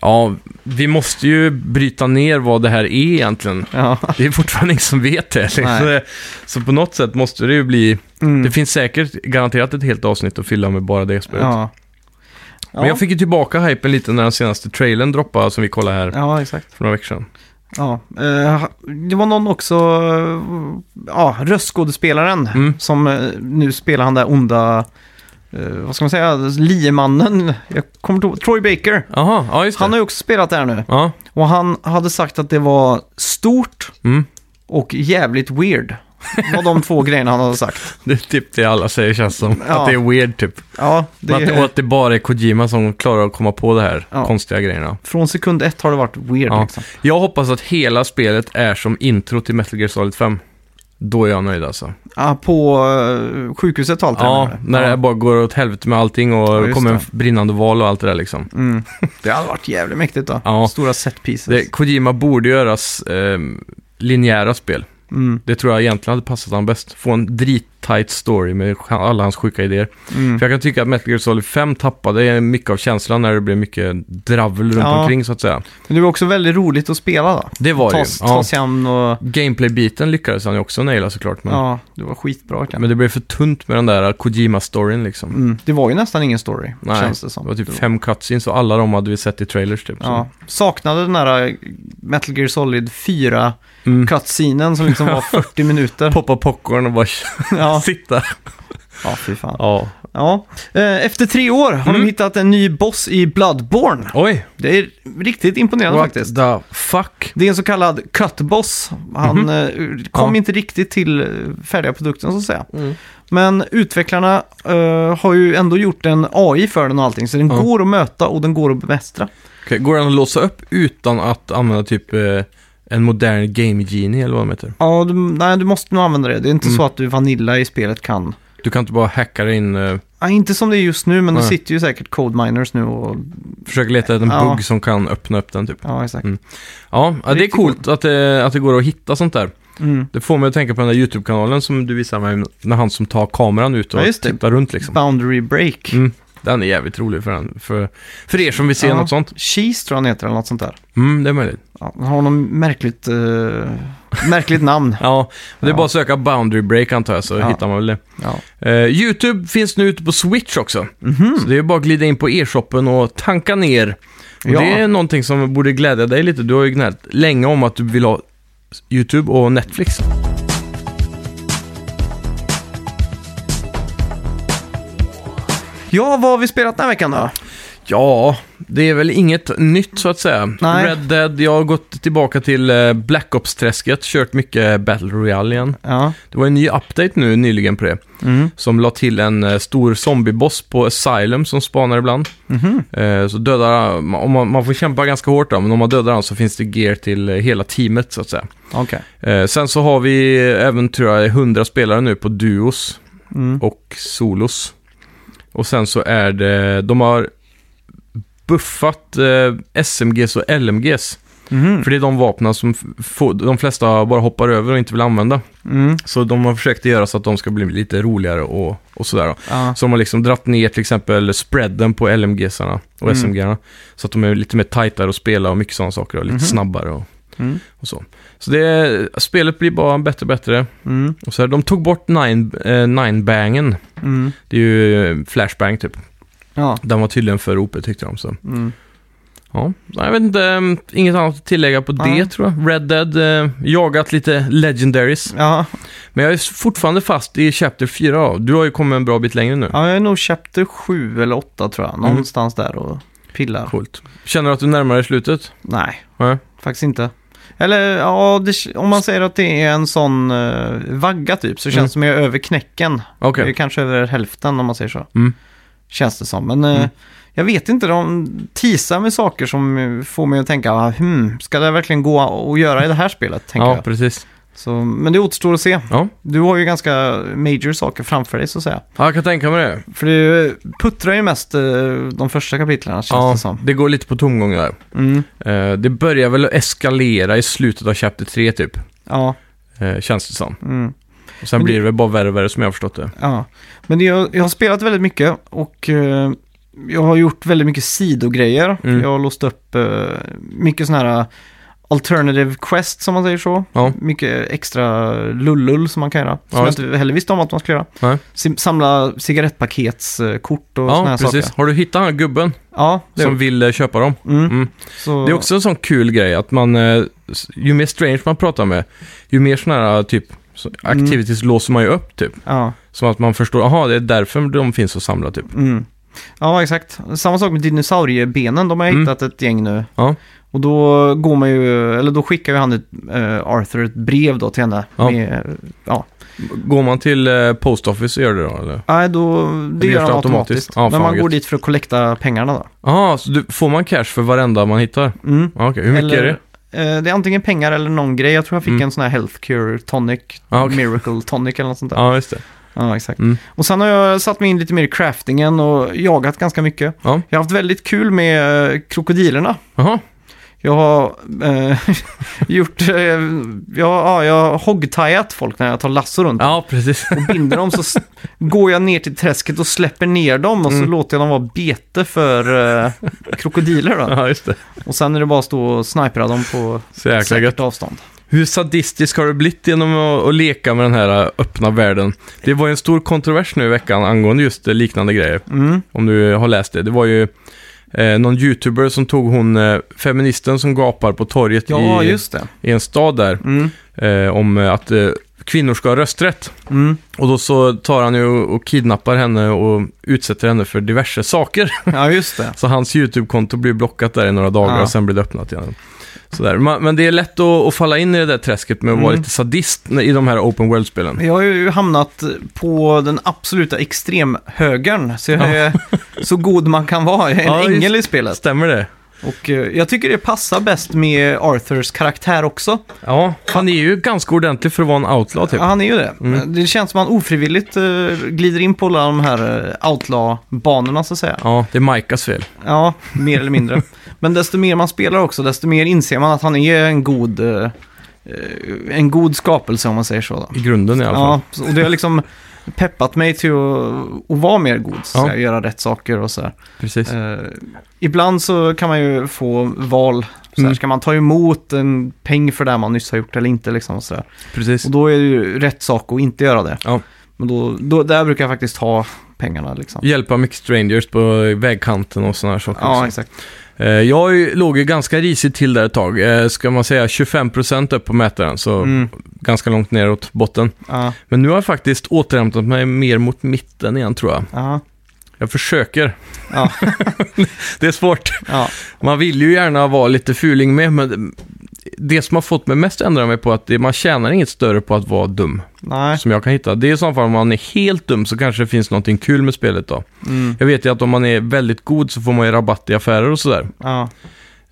B: Ja, vi måste ju bryta ner vad det här är egentligen.
A: Ja.
B: Det är fortfarande ingen som vet det. Liksom.
A: Nej.
B: Så det- Så på något sätt måste det ju bli...
A: Mm.
B: Det finns säkert garanterat ett helt avsnitt att fylla med bara det spelet.
A: ja.
B: Men jag fick ju tillbaka hypen lite när den senaste trailern droppade som vi kollade här
A: Ja, exakt.
B: för några veckor sedan.
A: Ja, eh, det var någon också, eh, ja, röstskådespelaren
B: Mm.
A: som eh, nu spelar han där onda, eh, vad ska man säga, liemannen, jag kommer inte ihåg, Troy Baker.
B: Jaha, ja just det.
A: Han har ju också spelat där nu
B: Ja,
A: och han hade sagt att det var stort
B: mm.
A: och jävligt weird. Det var de två grejerna han hade sagt.
B: Det är typ det alla säger känns som.
A: Ja.
B: Att det är weird typ.
A: Ja, det
B: Men att, och att det bara är Kojima som klarar att komma på det här
A: Ja.
B: konstiga grejerna.
A: från sekund ett har det varit weird
B: Ja.
A: liksom.
B: Jag hoppas att hela spelet är som intro till Metal Gear Solid 5. Då är jag nöjd alltså.
A: Ja, på eh, sjukhuset och allt det
B: Ja,
A: där.
B: när det bara går åt helvete med allting
A: Ja,
B: och
A: just
B: kommer en
A: det.
B: brinnande val och allt det där liksom.
A: Mm. Det hade varit jävligt mäktigt då.
B: Ja.
A: Stora set pieces.
B: Det, Kojima borde göras eh, linjära spel.
A: Mm.
B: Det tror jag egentligen hade passat han bäst. Få en drittight story med sch- alla hans sjuka idéer.
A: Mm.
B: För jag kan tycka att Metal Gear Solid 5 tappade mycket av känslan när det blev mycket dravel runt
A: Ja.
B: omkring så att säga.
A: Men det var också väldigt roligt att spela då.
B: Det var
A: Ta,
B: det ju.
A: ta
B: Ja.
A: sig an och...
B: Gameplay-biten lyckades han ju också naila såklart. Men,
A: Ja, det var skitbra verkligen.
B: men det blev för tunt med den där Kojima-storyn liksom.
A: Mm, det var ju nästan ingen story,
B: Nej,
A: känns det
B: Det
A: som.
B: var typ fem cutscenes och alla de hade vi sett i trailers typ. så.
A: Ja. Saknade den här eh, Metal Gear Solid 4
B: Mm.
A: cut scenen som liksom var 40 minuter.
B: Poppa popcorn och bara
A: Ja,
B: sitta.
A: ja fy fan.
B: Ja.
A: Ja. Eh, Efter tre år har de
B: Mm.
A: hittat en ny boss i Bloodborne.
B: Oj,
A: Det är riktigt imponerande
B: what
A: faktiskt.
B: the fuck?
A: Det är en så kallad cut-boss. Han eh, kom
B: Mhm. Ja.
A: inte riktigt till eh, färdiga produkten så att säga.
B: Mm.
A: Men utvecklarna eh, har ju ändå gjort en AI för den och allting, så den
B: Ja.
A: går att möta och den går att bemästra.
B: Okej, går den att låsa upp utan att använda typ eh, en modern Game Genie eller vad de heter?
A: Ja, du, nej, du måste nog använda det. Det är inte
B: Mm.
A: så att du Vanilla i spelet kan.
B: Du kan inte bara hacka dig in, eh,
A: Ja, inte som det är just nu, men det
B: Nej.
A: sitter ju säkert code miners nu och...
B: försöka leta efter en
A: Ja.
B: bugg som kan öppna upp den typ.
A: Ja, exakt.
B: Mm. Ja, ja, det är
A: Riktigt
B: coolt att det, att det går att hitta sånt där.
A: Mm.
B: Det får mig att tänka på den där YouTube-kanalen som du visade mig, när han som tar kameran ut och
A: Ja, just det.
B: tittar runt liksom.
A: Boundary break.
B: Mm. Den är jävligt rolig för, den, för, för er som vill se
A: Ja.
B: något sånt.
A: Cheese tror jag han heter eller något sånt där.
B: Mm, det är möjligt.
A: Ja, han har något märkligt, eh, märkligt namn.
B: Ja, det är
A: Ja.
B: bara att söka Boundary Break antar jag så
A: Ja.
B: hittar man väl det.
A: Ja.
B: Eh, YouTube finns nu ute på Switch också.
A: Mhm.
B: Så det är bara att glida in på e-shoppen och tanka ner. Och
A: Ja.
B: Det är någonting som borde glädja dig lite. Du har ju gnällt länge om att du vill ha YouTube och Netflix.
A: Ja, vad har vi spelat den här veckan då?
B: Ja, det är väl inget nytt så att säga.
A: Nej.
B: Red Dead, jag har gått tillbaka till eh, Black Ops-träsket, kört mycket Battle Royale igen.
A: Ja.
B: Det var en ny update nu nyligen på det,
A: Mm.
B: som la till en eh, stor zombieboss på Asylum som spanar ibland.
A: Mhm.
B: Eh, Så dödar, om man, man får kämpa ganska hårt då, men om man dödar han så finns det gear till eh, hela teamet så att säga.
A: Okej.
B: Eh, Sen så har vi eh, även, tror jag, 100 spelare nu på duos
A: Mm.
B: och solos. Och sen så är det, de har buffat eh, SMGs och LMGs.
A: Mhm.
B: För det är de vapnen som f- få, de flesta bara hoppar över och inte vill använda.
A: Mm.
B: Så de har försökt göra så att de ska bli lite roligare och, och sådär. Då.
A: Ja.
B: Så de har liksom dratt ner till exempel spreaden på LMGsarna och
A: Mm.
B: SMGarna. Så att de är lite mer tajtare att spela och mycket sådana saker och lite
A: Mhm.
B: snabbare och,
A: Mm.
B: och så. Så det, spelet blir bara bättre och bättre.
A: Mm.
B: Och så här, de tog bort nine, eh, nine-bangen.
A: Mm.
B: Det är ju eh, Flashbang typ.
A: Ja.
B: Den var tydligen för OP tyckte de. Så.
A: Mm.
B: Ja, Nej, jag vet inte. eh, Inget annat att tillägga på
A: Nej.
B: det tror jag. Red Dead, eh, jagat lite legendaries.
A: Ja.
B: Men jag är fortfarande fast i Chapter 4. ja. Du har ju kommit en bra bit längre nu.
A: ja, jag är nog chapter 7 eller 8 tror jag. Någonstans där och pillar.
B: Coolt. Känner du att du närmar dig slutet?
A: Nej,
B: Nej.
A: faktiskt inte. Eller ja, det, om man säger att det är en sån eh, vagga typ så känns
B: Mm.
A: det som jag är över knäcken.
B: Okej.
A: Det är kanske över hälften om man säger så.
B: Mm.
A: Känns det som. Men eh,
B: Mm.
A: jag vet inte, de teasar med saker som eh, får mig att tänka, ah, hmm, ska det verkligen gå att göra i det här spelet? Tänker
B: Ja,
A: jag.
B: precis.
A: Så, men det återstår att se.
B: Ja.
A: Du har ju ganska major saker framför dig så att säga.
B: ja, jag kan tänka mig det.
A: För det puttrar ju mest eh, de första kapitlerna känns
B: Ja,
A: det som.
B: det går lite på tomgång där.
A: Mm,
B: Eh, Det börjar väl att eskalera i slutet av Chapter 3 typ.
A: ja,
B: eh, Känns det som.
A: mm.
B: Och sen
A: Men det-
B: blir det väl bara värre och värre som jag har förstått det.
A: Ja, men jag, jag har spelat väldigt mycket och eh, jag har gjort väldigt mycket sidogrejer.
B: Mm.
A: Jag har låst upp eh, mycket sådana här eh, alternative quest som man säger så.
B: Ja.
A: Mycket extra lullull som man kan göra. Som
B: Ja,
A: jag
B: just
A: inte heller visste om att man skulle göra.
B: Nej.
A: Sim- Samla cigarettpaketskort och sådana
B: Ja,
A: här
B: precis.
A: saker.
B: Har du hittat han gubben
A: Ja, det,
B: som
A: som,
B: vill eh, köpa dem?
A: mm.
B: Mm.
A: Så,
B: Det är också en sån kul grej att man, eh, s- ju mer strange man pratar med, ju mer såna här typ så- activities låser man ju upp typ.
A: Ja,
B: Som att man förstår, aha det är därför de finns att samla typ.
A: mm. ja, exakt. Samma sak med dinosauriebenen. De har jag
B: Mm.
A: hittat ett gäng nu.
B: Ja,
A: Och då går man ju, eller då skickar ju han ett, eh, Arthur ett brev då till henne.
B: Ja.
A: Med, eh, ja.
B: går man till eh, post office och gör det då eller?
A: Nej, då, det
B: görs
A: gör han automatiskt.
B: det automatiskt? Ja,
A: Men
B: fan
A: man
B: vad
A: går
B: gött.
A: dit för att kollekta pengarna då.
B: Jaha, så du, får man cash för varenda man hittar?
A: Mm.
B: Ja, Okej, hur mycket
A: eller,
B: är det?
A: eh, det är antingen pengar eller någon grej. Jag tror jag fick
B: Mm.
A: en sån här health cure tonic,
B: Ja, okej.
A: miracle tonic eller något sånt där. Ja,
B: Ja, just det.
A: exakt.
B: Mm.
A: Och sen har jag satt mig in lite mer i craftingen och jagat ganska mycket.
B: Ja.
A: Jag har haft väldigt kul med eh, krokodilerna.
B: Jaha,
A: Jag har eh, gjort, eh, jag, ja, jag har hoggtajat folk när jag tar lasso runt.
B: ja precis.
A: och binder dem så s- går jag ner till träsket och släpper ner dem och så
B: Mm.
A: låter jag dem vara bete för eh, krokodiler då.
B: ja, just det.
A: Och sen är det bara att stå och snipera dem på
B: Så jäkla
A: säkert
B: gött.
A: avstånd.
B: Hur sadistisk har du blivit genom att, att leka med den här eh, öppna världen? Det var ju en stor kontrovers nu i veckan angående just eh, liknande grejer.
A: Mm.
B: om du har läst det. Det var ju eh, någon youtuber som tog hon, eh, feministen som gapar på torget
A: Ja,
B: i,
A: just det.
B: i en stad där,
A: Mm.
B: eh, om eh, att eh, kvinnor ska ha rösträtt.
A: Mm.
B: Och då så tar han ju och, och kidnappar henne och utsätter henne för diverse saker.
A: Ja, just det.
B: Så hans YouTube-konto blir blockat där i några dagar
A: Ja.
B: och sen blir det öppnat igen. Sådär. Man, men det är lätt att, att falla in i det där träsket med att vara
A: Mm.
B: lite sadist när- i de här open world-spelen.
A: Jag har ju hamnat på den absoluta extremhögern, så jag är så god man kan vara. Jag är en
B: Ja, just-
A: ängel i spelet.
B: Stämmer det?
A: Och eh, jag tycker det passar bäst med Arthurs karaktär också.
B: Ja, han är ju ganska ordentlig för att vara en outlaw typ.
A: Ja, han är ju det.
B: Mm.
A: Det känns som att han ofrivilligt eh, glider in på alla de här eh, outlaw-banorna så att säga.
B: Ja, det är Micas fel.
A: Ja, mer eller mindre. Men desto mer man spelar också, desto mer inser man att han är en god, eh, eh, en god skapelse om man säger så. Då.
B: I grunden i alla fall.
A: Ja, så- och det har liksom peppat mig till att, att vara mer god, så
B: Ja.
A: jag göra rätt saker och så här.
B: Precis.
A: Eh, ibland så kan man ju få val, så här,
B: Mm.
A: ska man ta emot en peng för det här man nyss har gjort eller inte liksom och så där.
B: Precis.
A: Och då är det ju rätt sak att inte göra det.
B: Ja.
A: Men då, då, där brukar jag faktiskt ha pengarna liksom.
B: Hjälpa mycket strangers på vägkanten och sådana här saker.
A: Ja,
B: också.
A: exakt.
B: Eh, Jag har ju- låg ju ganska risigt till där ett tag. Eh, Ska man säga 25% upp på mätaren, så
A: Mm.
B: ganska långt neråt botten.
A: Ja,
B: Men nu har jag faktiskt återhämtat mig mer mot mitten igen tror jag.
A: ja.
B: Jag försöker.
A: Ja.
B: det är svårt.
A: Ja.
B: Man vill ju gärna vara lite fuling med, men det som har fått mig mest att ändra mig på att det, man tjänar inget större på att vara dum,
A: Nej.
B: som jag kan hitta. Det är i så fall om man är helt dum så kanske det finns någonting kul med spelet då.
A: Mm.
B: Jag vet ju att om man är väldigt god så får man ju rabatt i affärer och sådär.
A: Ja.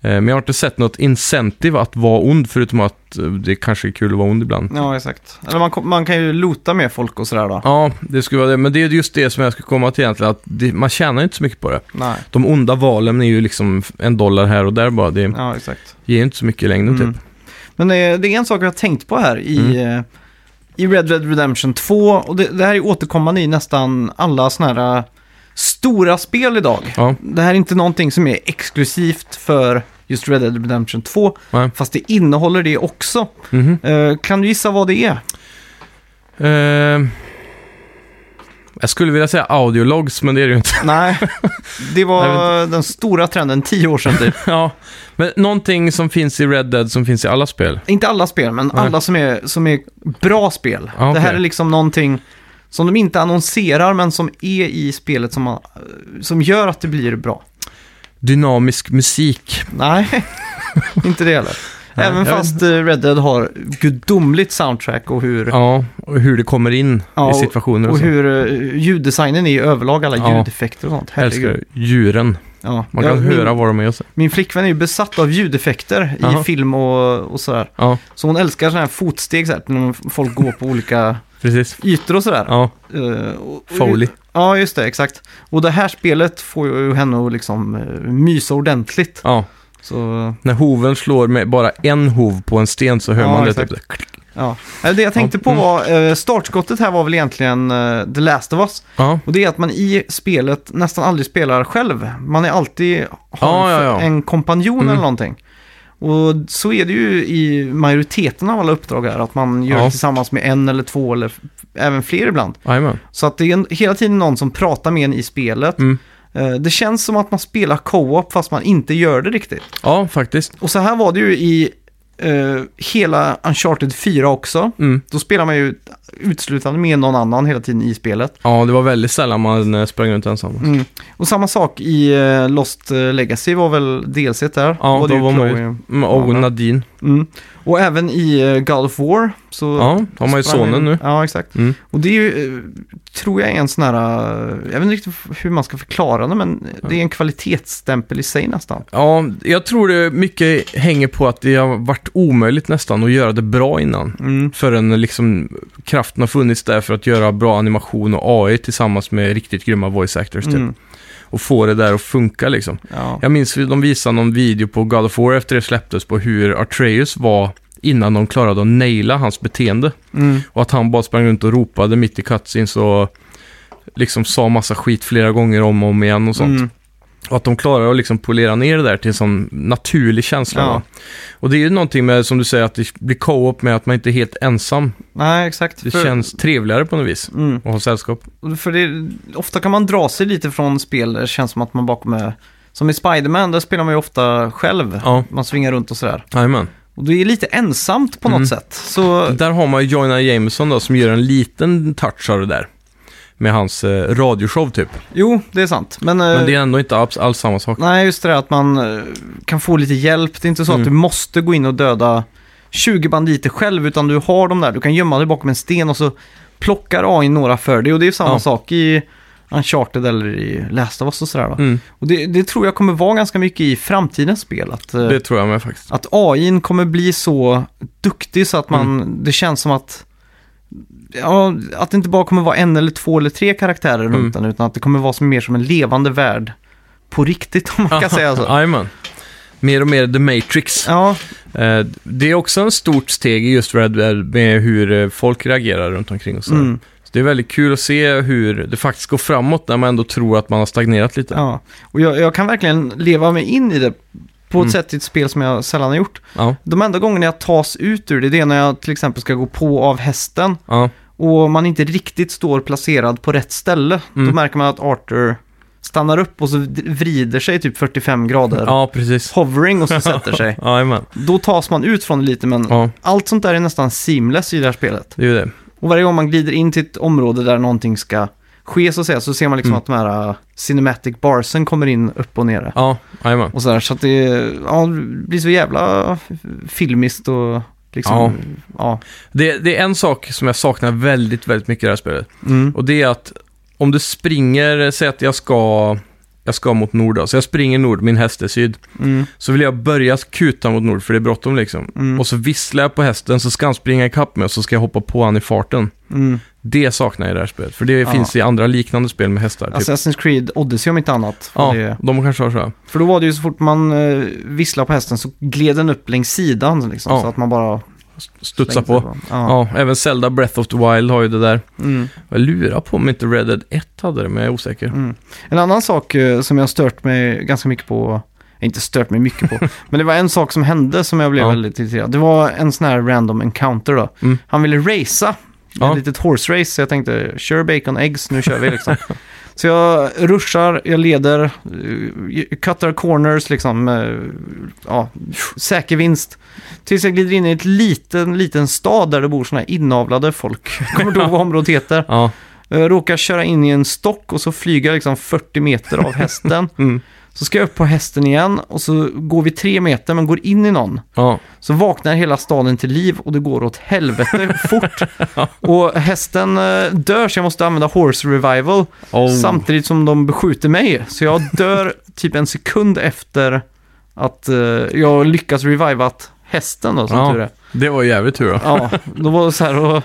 B: Eh, Men jag har inte sett något incentive att vara ond, förutom att eh, det kanske är kul att vara ond ibland.
A: ja, exakt. Eller man, kom- man kan ju lota med folk och sådär då.
B: Ja, det skulle vara det. Men det är just det som jag skulle komma till egentligen, att det, man tjänar inte så mycket på det.
A: Nej.
B: De onda valen är ju liksom en dollar här och där bara. Det
A: Ja, exakt.
B: ger inte så mycket i längden
A: Mm.
B: typ.
A: Men det är, det är en sak jag har tänkt på här i, eh, i Red Dead Redemption 2. Och det, det här är återkommande i nästan alla sådana här eh, stora spel idag.
B: Ja,
A: Det här är inte någonting som är exklusivt för just Red Dead Redemption 2.
B: nej.
A: Fast det innehåller det också.
B: Mhm.
A: Eh, kan du gissa vad det är?
B: Eh, jag skulle vilja säga audiologs, men det är det ju inte.
A: Nej, det
B: Jag
A: var den stora trenden tio år sedan typ.
B: ja, men någonting som finns i Red Dead som finns i alla spel.
A: Inte alla spel, men
B: Nej.
A: alla som är, som är bra spel.
B: Ja,
A: Det här
B: okej.
A: är liksom någonting som de inte annonserar, men som är i spelet som, man, som gör att det blir bra.
B: Dynamisk musik.
A: Nej, inte det heller.
B: Nej,
A: Även
B: jag vet
A: fast eh, Red Dead har gudomligt soundtrack och hur,
B: Ja, och hur det kommer in
A: Ja,
B: i situationer och,
A: och
B: så.
A: hur eh, ljuddesignen är i överlag, alla
B: Ja.
A: ljudeffekter och sånt.
B: Jag
A: Herregud.
B: älskar djuren.
A: Ja.
B: Man kan
A: Ja,
B: höra
A: min,
B: vad de är och så.
A: min flickvän är ju besatt av ljudeffekter i
B: Jaha.
A: film och, och sådär.
B: Ja,
A: Så hon älskar sådana här fotsteg så här, när folk går på olika
B: precis.
A: ytor och sådär.
B: Ja,
A: Eh, och- och-
B: Foley.
A: Ja, just det, exakt. Och det här spelet får ju henne att liksom uh, mysa ordentligt.
B: ja.
A: Så,
B: När hoven slår med bara en hov på en sten så hör
A: Ja,
B: man det
A: exakt.
B: typ. klick.
A: ja. Eh, Det jag tänkte
B: Ja,
A: på
B: mm.
A: var, eh, startskottet här var väl egentligen uh, The Last of Us.
B: Ja,
A: Och det är att man i spelet nästan aldrig spelar själv. Man är alltid har
B: Ja, ja, ja.
A: en kompanjon
B: Mm.
A: eller någonting. Och så är det ju i majoriteten av alla uppdrag här, att man gör
B: Ja.
A: det tillsammans med en eller två eller f- även fler ibland.
B: jajamän.
A: Så att det är en, hela tiden någon som pratar med en i spelet.
B: Mm.
A: Eh, Det känns som att man spelar co-op fast man inte gör det riktigt.
B: Ja, faktiskt.
A: Och så här var det ju i eh, hela Uncharted 4 också.
B: Mm.
A: Då spelar man ju uteslutande med någon annan hela tiden i spelet.
B: Ja, det var väldigt sällan man eh, sprang runt ensam.
A: Mm. Och samma sak i eh, Lost eh, Legacy var väl DLC där.
B: Ja,
A: det
B: då
A: ju
B: var man ju-
A: Chloe.
B: Mm, Och
A: Ja.
B: Nadine.
A: Mm. Och även i eh, God of War. Så
B: Ja, har man ju
A: sprang
B: sonen nu.
A: Ja, exakt.
B: Mm.
A: Och det är ju, eh, tror jag är en sån här, eh, jag vet inte riktigt hur man ska förklara det, men det är en kvalitetsstämpel i sig nästan.
B: Ja, jag tror det mycket hänger på att det har varit omöjligt nästan att göra det bra innan.
A: Mm.
B: Förrän liksom kraften har funnits där för att göra bra animation och AI tillsammans med riktigt grymma voice actors typ.
A: Mm.
B: Och få det där att funka liksom.
A: Ja.
B: Jag minns att de visade någon video på God of War efter det släpptes på hur Atreus var innan de klarade att naila hans beteende.
A: Mm.
B: Och att han bara sprang runt och ropade mitt i cutscenes och liksom sa massa skit flera gånger om och om igen och sånt.
A: Mm.
B: Och att de klarar att liksom polera ner det där till en sån naturlig känsla.
A: Ja.
B: va? Och det är ju någonting med, som du säger, att det blir co-op med att man inte är helt ensam.
A: Nej, exakt.
B: Det
A: för,
B: känns trevligare på något vis
A: Mm.
B: att ha sällskap.
A: För det, ofta kan man dra sig lite från spel där det känns som att man bakom är, som i Spiderman, där spelar man ju ofta själv.
B: Ja.
A: Man svingar runt och sådär.
B: Jajamän.
A: Och det är lite ensamt på
B: Mm.
A: något sätt. Så,
B: Där har man ju Joyna Jameson då, som gör en liten touch av det där. Med hans eh, radioshow typ.
A: jo, det är sant. Men,
B: Men
A: eh,
B: det är ändå inte alls, alls samma sak.
A: Nej, just det där att man eh, kan få lite hjälp. Det är inte så
B: Mm.
A: att du måste gå in och döda 20 banditer själv, utan du har dem där. Du kan gömma dig bakom en sten och så plockar AI några för dig. Och det är samma
B: Ja.
A: sak i Uncharted eller i Last of Us och sådär. Va?
B: Mm,
A: Och det, det tror jag kommer vara ganska mycket i framtidens spel. Att, eh,
B: det tror jag med faktiskt.
A: att AI kommer bli så duktig så att man,
B: Mm.
A: det känns som att Ja, att det inte bara kommer vara en eller två eller tre karaktärer
B: Mm.
A: runt den, utan att det kommer vara som, mer som en levande värld på riktigt, om man kan säga så.
B: Jajamän. Mer och mer The Matrix.
A: Ja,
B: Eh, det är också en stort steg i just Red Dead med hur eh, folk reagerar runt omkring och så.
A: Mm.
B: så. Det är väldigt kul att se hur det faktiskt går framåt när man ändå tror att man har stagnerat lite. Ja.
A: ja. Och jag, jag kan verkligen leva mig in i det på ett sätt i ett spel som jag sällan har gjort.
B: Mm. Ja.
A: De enda gångerna jag tas ut ur det, det är när jag till exempel ska gå på av hästen och man inte riktigt står placerad på rätt ställe. Då
B: Mm.
A: märker man att Arthur stannar upp och så vrider sig typ 45 grader.
B: ja, precis.
A: Hovering och så sätter sig.
B: Jajamän.
A: Då tas man ut från det lite, men
B: Ja,
A: allt sånt där är nästan seamless i det här spelet.
B: det är ju det.
A: Och varje gång man glider in till ett område där någonting ska ske så att säga. Så ser man liksom
B: Mm.
A: att de här uh, cinematic barsen kommer in upp och ner.
B: Ja, jajamän.
A: Och så, där, så att det, ja, det blir så jävla filmiskt och liksom,
B: Ja.
A: ja. ja.
B: Det, det är en sak som jag saknar väldigt, väldigt mycket i det här spelet.
A: Mm.
B: Och det är att om du springer, säg att jag ska, jag ska mot nord då, så jag springer nord, min häst är syd.
A: Mm.
B: Så vill jag börja kuta mot nord för det är bråttom liksom.
A: Mm.
B: Och så visslar jag på hästen så ska han springa ikapp mig och så ska jag hoppa på han i farten.
A: Mm.
B: Det saknar jag i det här spelet, för det
A: Ja. Alltså-
B: finns i andra liknande spel med hästar. Typ.
A: Assassin's Creed Odyssey om inte annat. För,
B: ja,
A: det,
B: de kanske har så här.
A: för då var det ju så fort man uh, visslade på hästen så gled den upp längs sidan liksom.
B: Ja.
A: Så att man bara...
B: Studsa
A: slängde
B: på.
A: sig den. Ja.
B: Ja. även Zelda Breath of the Wild har ju det där.
A: Mm.
B: Jag lurar på om inte Red Dead 1 hade det, men jag är osäker.
A: Mm. En annan sak eh, som jag har stört mig ganska mycket på, eh, inte stört mig mycket på, men det var en sak som hände som jag blev
B: Ja.
A: väldigt irriterad. Det var en sån här random encounter då.
B: Mm.
A: Han ville racea,
B: Ja.
A: ett litet horse race, så jag tänkte kör bacon eggs, nu kör vi liksom. Så jag ruschar, jag leder, eh, cuttar corners liksom, eh, ja, säker vinst. Tills jag glider in i ett liten, liten stad där det bor sådana här inavlade folk. Jag kommer inte ihåg vad området heter.
B: Ja.
A: Jag Eh, råkar köra in i en stock och så flyger jag liksom 40 meter av hästen.
B: Mm.
A: Så ska jag upp på hästen igen och så går vi tre meter men går in i någon.
B: Ja.
A: Så vaknar hela staden till liv och det går åt helvete fort. Och hästen eh, dör så jag måste använda horse revival
B: Oh.
A: samtidigt som de beskjuter mig. Så jag dör typ en sekund efter att eh, jag lyckas revivat hästen då som
B: Ja.
A: tur är.
B: Det var ju jävligt tur då.
A: Ja, då var det så här och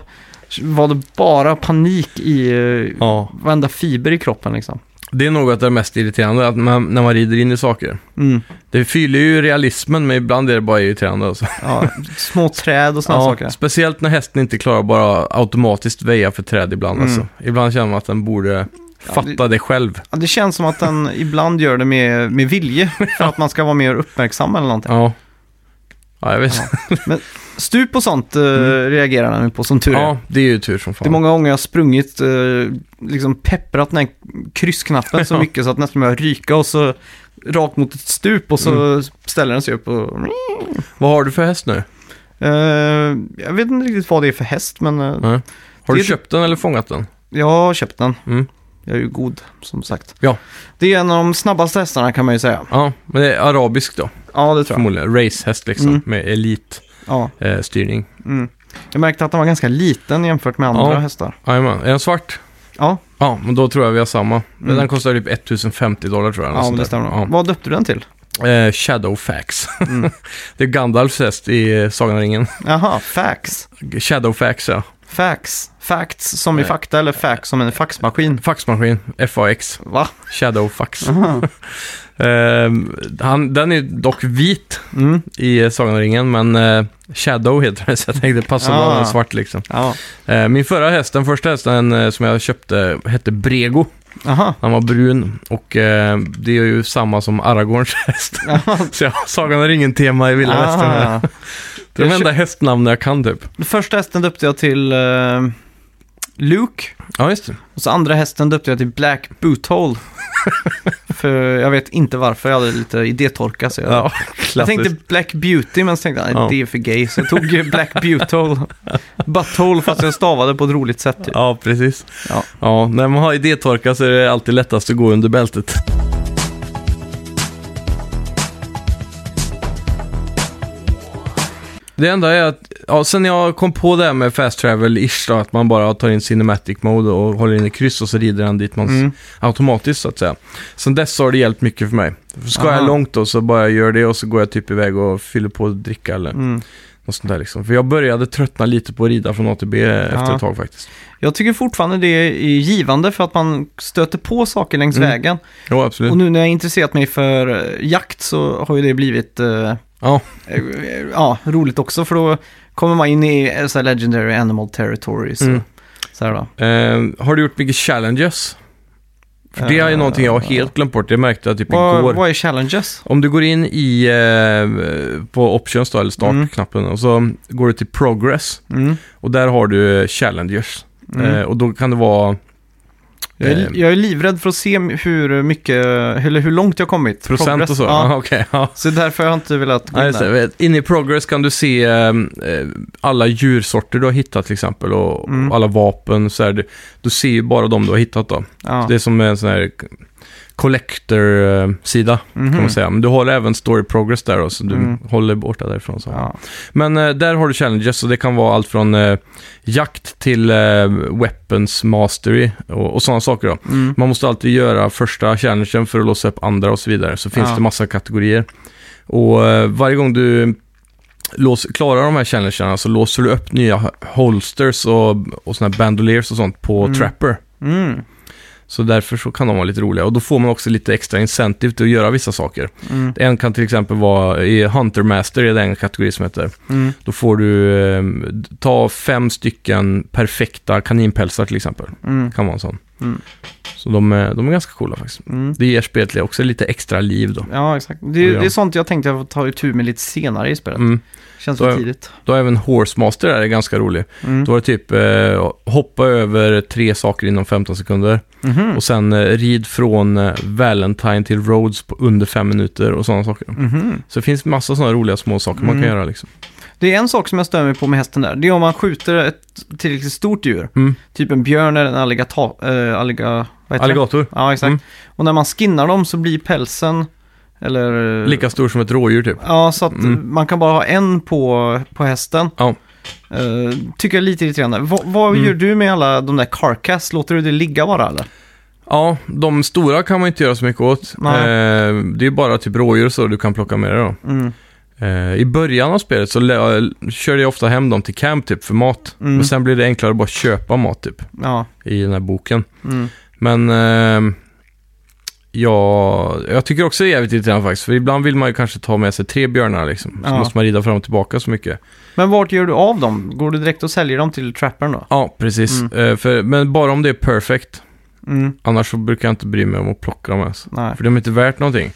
A: var det bara panik i eh,
B: Ja.
A: varenda fiber i kroppen liksom.
B: Det är något av det mest irriterande, att man, när man rider in i saker.
A: Mm.
B: Det fyller ju realismen, men ibland är det bara irriterande. Alltså.
A: Ja, små träd och sådana saker.
B: speciellt när hästen inte klarar att bara automatiskt väja för träd ibland.
A: Mm.
B: Alltså. Ibland känner man att den borde fatta
A: Ja,
B: det... själv.
A: Ja, det känns som att den ibland gör det med, med vilje för att man ska vara mer uppmärksam eller någonting.
B: Ja, ja jag vet.
A: Stup och sånt eh, reagerar den på som tur är.
B: Ja, det är ju tur som fan.
A: Det är många gånger jag har sprungit, eh, liksom pepprat den här kryssknappen så
B: Ja.
A: mycket så att nästan börjar ryka och så rakt mot ett stup och så ställer den sig upp och...
B: Vad har du för häst nu?
A: Eh, jag vet inte riktigt vad det är för häst men eh,
B: Nej.
A: Det
B: Har du
A: är-
B: köpt den eller fångat den?
A: jag har köpt den.
B: Mm.
A: Jag är ju god, som sagt.
B: Ja.
A: Det är en av de snabbaste hästarna kan man ju säga.
B: Ja, men det är arabisk då,
A: Ja, det tror jag.
B: förmodligen. Racehäst liksom,
A: Mm.
B: med elitstyrning.
A: Ja,
B: Eh, styrning.
A: mm. Jag märkte att den var ganska liten jämfört med andra
B: Ja.
A: hästar.
B: Jajamän. är den svart?
A: Ja,
B: Ja, men då tror jag vi har samma. Men
A: Mm.
B: Den kostar typ 1050 dollar tror jag. eller
A: ja
B: sånt
A: men det
B: där.
A: stämmer.
B: Ja.
A: Vad döpte du den till?
B: Eh, Shadowfax.
A: Mm.
B: det är Gandalfs häst i eh, Sagan om ringen.
A: Jaha, fax.
B: Shadowfax, ja.
A: Mm. Fax. Facts som i fakta eller fax som en faxmaskin.
B: Faxmaskin, FAX.
A: Va?
B: Shadowfax.
A: Aha.
B: eh, han, den är dock vit
A: Mm.
B: i eh, Sagan om ringen, men eh, Shadow heter den, så jag tänkte passa bra
A: Ah.
B: med svart liksom.
A: Ja.
B: Eh, min förra häst, den första hästen eh, som jag köpte, hette Brego.
A: Jaha.
B: Han var brun och eh, det är ju samma som Aragorns häst. så jag har Sagan om ringen-tema i vilda västern. här.
A: Ah.
B: Det är de
A: Jag
B: enda hästnamnen jag kan typ.
A: Den första hästen döpte jag till eh, Luke.
B: Ja, just det.
A: Och så andra hästen döpte jag till Black Boothole. För jag vet inte varför, jag hade lite idétorka. Så jag,
B: Ja,
A: jag
B: klassiskt.
A: tänkte Black Beauty, men så tänkte jag nej,
B: Ja.
A: det är för gay. Så jag tog ju Black Boothole. Butthole, fast jag stavade på ett roligt sätt. Typ.
B: Ja, precis.
A: Ja.
B: Ja, när man har idétorka så är det alltid lättast att gå under bältet. Det enda är att, ja, sen jag kom på det här med fast travel-ish då, att man bara tar in cinematic mode och håller in i kryss och så rider den dit man s-
A: Mm.
B: automatiskt så att säga. Sen dess har det hjälpt mycket för mig. För ska jag
A: Aha.
B: långt då så bara gör det och så går jag typ iväg och fyller på och dricka eller
A: Mm.
B: något sånt där liksom. För jag började tröttna lite på att rida från A till B efter
A: Ja.
B: ett tag faktiskt.
A: Jag tycker fortfarande det är givande för att man stöter på saker längs
B: Mm.
A: vägen.
B: Jo, absolut.
A: Och nu när jag intresserat mig för eh, jakt så har ju det blivit eh,
B: Ja.
A: eh, eh, ja, roligt också. För då kommer man in i eh, så här legendary animal territories.
B: Mm.
A: Så här då.
B: Eh, har du gjort mycket challenges? För det är ju
A: Eh,
B: någonting jag har helt glömt bort. Det märkte jag typ igår.
A: Vad, vad är challenges?
B: Om du går in i, eh, på options då, eller startknappen, och så går du till progress.
A: Mm.
B: Och där har du eh, challenges.
A: Mm.
B: Eh, och då kan det vara
A: Jag
B: Eh,
A: är, jag är livrädd för att se hur mycket, eller hur långt jag kommit.
B: Procent
A: Progress.
B: och så?
A: Ja.
B: Ja, okej. ja.
A: Så därför har jag inte velat gå
B: Ja,
A: in
B: just
A: där.
B: det. Inne i Progress kan du se eh, eh, alla djursorter du har hittat till exempel och
A: Mm.
B: och alla vapen. Så här, du, du ser ju bara de du har hittat då.
A: Ja.
B: Det är som en sån här collector-sida kan
A: Mhm.
B: man säga. Men du har även story progress där då, så du
A: Mm.
B: håller borta därifrån. Så.
A: Ja.
B: Men eh, där har du challenges och det kan vara allt från eh, jakt till eh, weapons mastery och, och sådana saker då.
A: Mm.
B: Man måste alltid göra första challengen för att låsa upp andra och så vidare. Så finns
A: Ja.
B: det massa kategorier. Och eh, varje gång du lås, klarar de här challengerna så låser du upp nya holsters och, och såna här bandoliers och sånt på
A: Mm.
B: Trapper.
A: Mm.
B: Så därför så kan de vara lite roliga. Och då får man också lite extra incentive till att göra vissa saker.
A: Mm.
B: En kan till exempel vara, i Hunter Master är det en kategori som heter.
A: Mm.
B: Då får du eh, ta fem stycken perfekta kaninpälsar till exempel.
A: Mm.
B: Kan vara en sån.
A: Mm.
B: Så de är, de är ganska coola faktiskt.
A: Mm.
B: Det ger spelet också lite extra liv då.
A: Ja, exakt. Det,
B: Ja,
A: är-
B: ja.
A: det är sånt jag tänkte jag får ta itu med lite senare i spelet.
B: Mm.
A: Känns
B: Då
A: för
B: är-
A: tidigt.
B: Då har även Horsemaster där är ganska rolig.
A: Mm.
B: Då var det typ eh, hoppa över tre saker inom 15 sekunder.
A: Mhm.
B: Och sen eh, rid från eh, Valentine till Rhodes på under fem minuter och sådana saker.
A: Mhm.
B: Så det finns massa sådana roliga små saker man kan
A: Mm.
B: göra liksom.
A: Det är en sak som jag stör mig på med hästen där. Det är om man skjuter ett tillräckligt stort djur.
B: Mm.
A: Typ en björn eller en alligator. Äh, alliga, vad heter det?
B: Alligator.
A: Ja, exakt.
B: Mm.
A: Och när man skinnar dem så blir pälsen, eller... eh,
B: Lika stor som ett rådjur typ.
A: Ja, så att
B: Mm.
A: man kan bara ha en på, på hästen.
B: Ja.
A: Eh, tycker jag är lite irriterande. Va, vad
B: Mm.
A: gör du med alla de där carcass? Låter du det ligga bara eller?
B: Ja, de stora kan man inte göra så mycket åt. Eh, det
A: Nej.
B: är ju bara typ rådjur och så du kan plocka med dig då.
A: Mm.
B: Eh, I början av spelet så lä- körde jag ofta hem dem till camp typ för mat.
A: Mm.
B: Men sen blir det enklare att bara köpa mat typ
A: Ja.
B: i den här boken.
A: Mm.
B: Men eh, ja, jag tycker också det är jävligt irriterande faktiskt. För ibland vill man ju kanske ta med sig tre björnar liksom. Så
A: Ja.
B: måste man rida fram och tillbaka så mycket.
A: Men vart gör du av dem? Går du direkt och säljer dem till trappern då?
B: Ja, precis.
A: Mm.
B: Eh, för, men bara om det är perfect.
A: Mm.
B: Annars så brukar jag inte bry mig om att plocka dem ens.
A: Nej.
B: För de är inte värt någonting.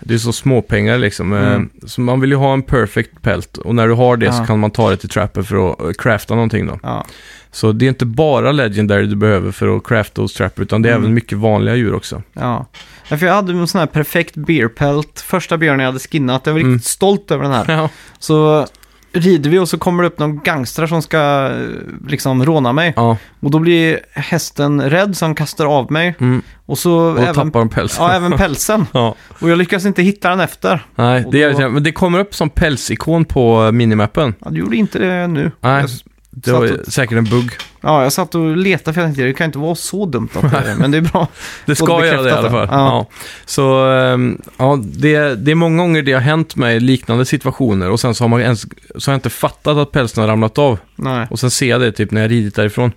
B: Det är så småpengar liksom. Eh,
A: Mm.
B: Så man vill ju ha en perfect pelt. Och när du har det så
A: Ja.
B: kan man ta det till trapper för att eh, crafta någonting då.
A: Ja.
B: Så det är inte bara legendary du behöver för att crafta hos trapper. Utan det är
A: Mm.
B: även mycket vanliga djur också.
A: Ja. ja. För jag hade en sån här perfekt beer pelt. Första björnen jag hade skinnat. Jag var
B: Mm.
A: riktigt stolt över den här.
B: Ja.
A: Så rider vi och så kommer det upp någon gangster som ska eh, liksom råna mig.
B: ja.
A: Och då blir hästen rädd så han kastar av mig.
B: Mm.
A: Och så
B: Och
A: även,
B: tappar de pälsen.
A: ja, även pälsen.
B: Ja.
A: Och jag lyckas inte hitta den efter.
B: Nej,
A: Och
B: det är jävligt
A: då-
B: jävligt. Men det kommer upp som pälsikon på eh, minimappen.
A: Ja, du gjorde inte det nu.
B: Nej,
A: Jag-
B: det var
A: satt
B: säkert en bugg.
A: Ja, jag satt och letade för jag tänkte det kan inte vara så dumt att det är det, men det är bra.
B: Det
A: Och
B: ska
A: det
B: göra det i alla
A: bekräftat
B: fall.
A: det.
B: Ja.
A: Ja.
B: Så ehm, ja, det, det är många gånger det har hänt mig i liknande situationer och sen så har, man ens, så har jag inte fattat att pälsen har ramlat av.
A: Nej.
B: Och sen ser jag det typ när jag ridit därifrån.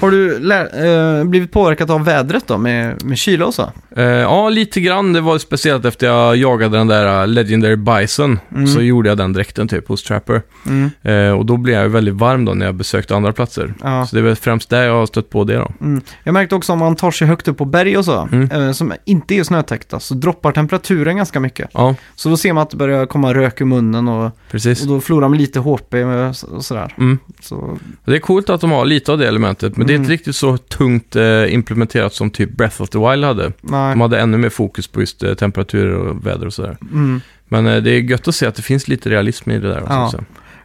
A: Har du lä- eh, blivit påverkad av vädret då med, med kyla och så?
B: Eh, ja, lite grann. Det var speciellt efter jag jagade den där eh, Legendary Bison.
A: Mm.
B: Så gjorde jag den dräkten typ hos Trapper.
A: Mm.
B: Eh, och då blev jag ju väldigt varm då när jag besökte andra platser.
A: Ja.
B: Så det är väl främst där jag har stött på det då.
A: Mm. Jag märkte också om man tar sig högt upp på berg och så,
B: Mm.
A: eh, som inte är snötäckta, så droppar temperaturen ganska mycket.
B: Ja,
A: Så då ser man att det börjar komma rök i munnen och,
B: precis.
A: och då förlorar man lite HP med- och sådär.
B: Mm.
A: Så,
B: Det är coolt att de har lite av det elementet, men det är inte
A: Mm.
B: riktigt så tungt eh, implementerat som typ Breath of the Wild hade.
A: nej.
B: De hade ännu mer fokus på just eh, temperaturer och väder och sådär.
A: Mm.
B: Men eh, det är gött att se att det finns lite realism i det där.
A: Ja.
B: Också.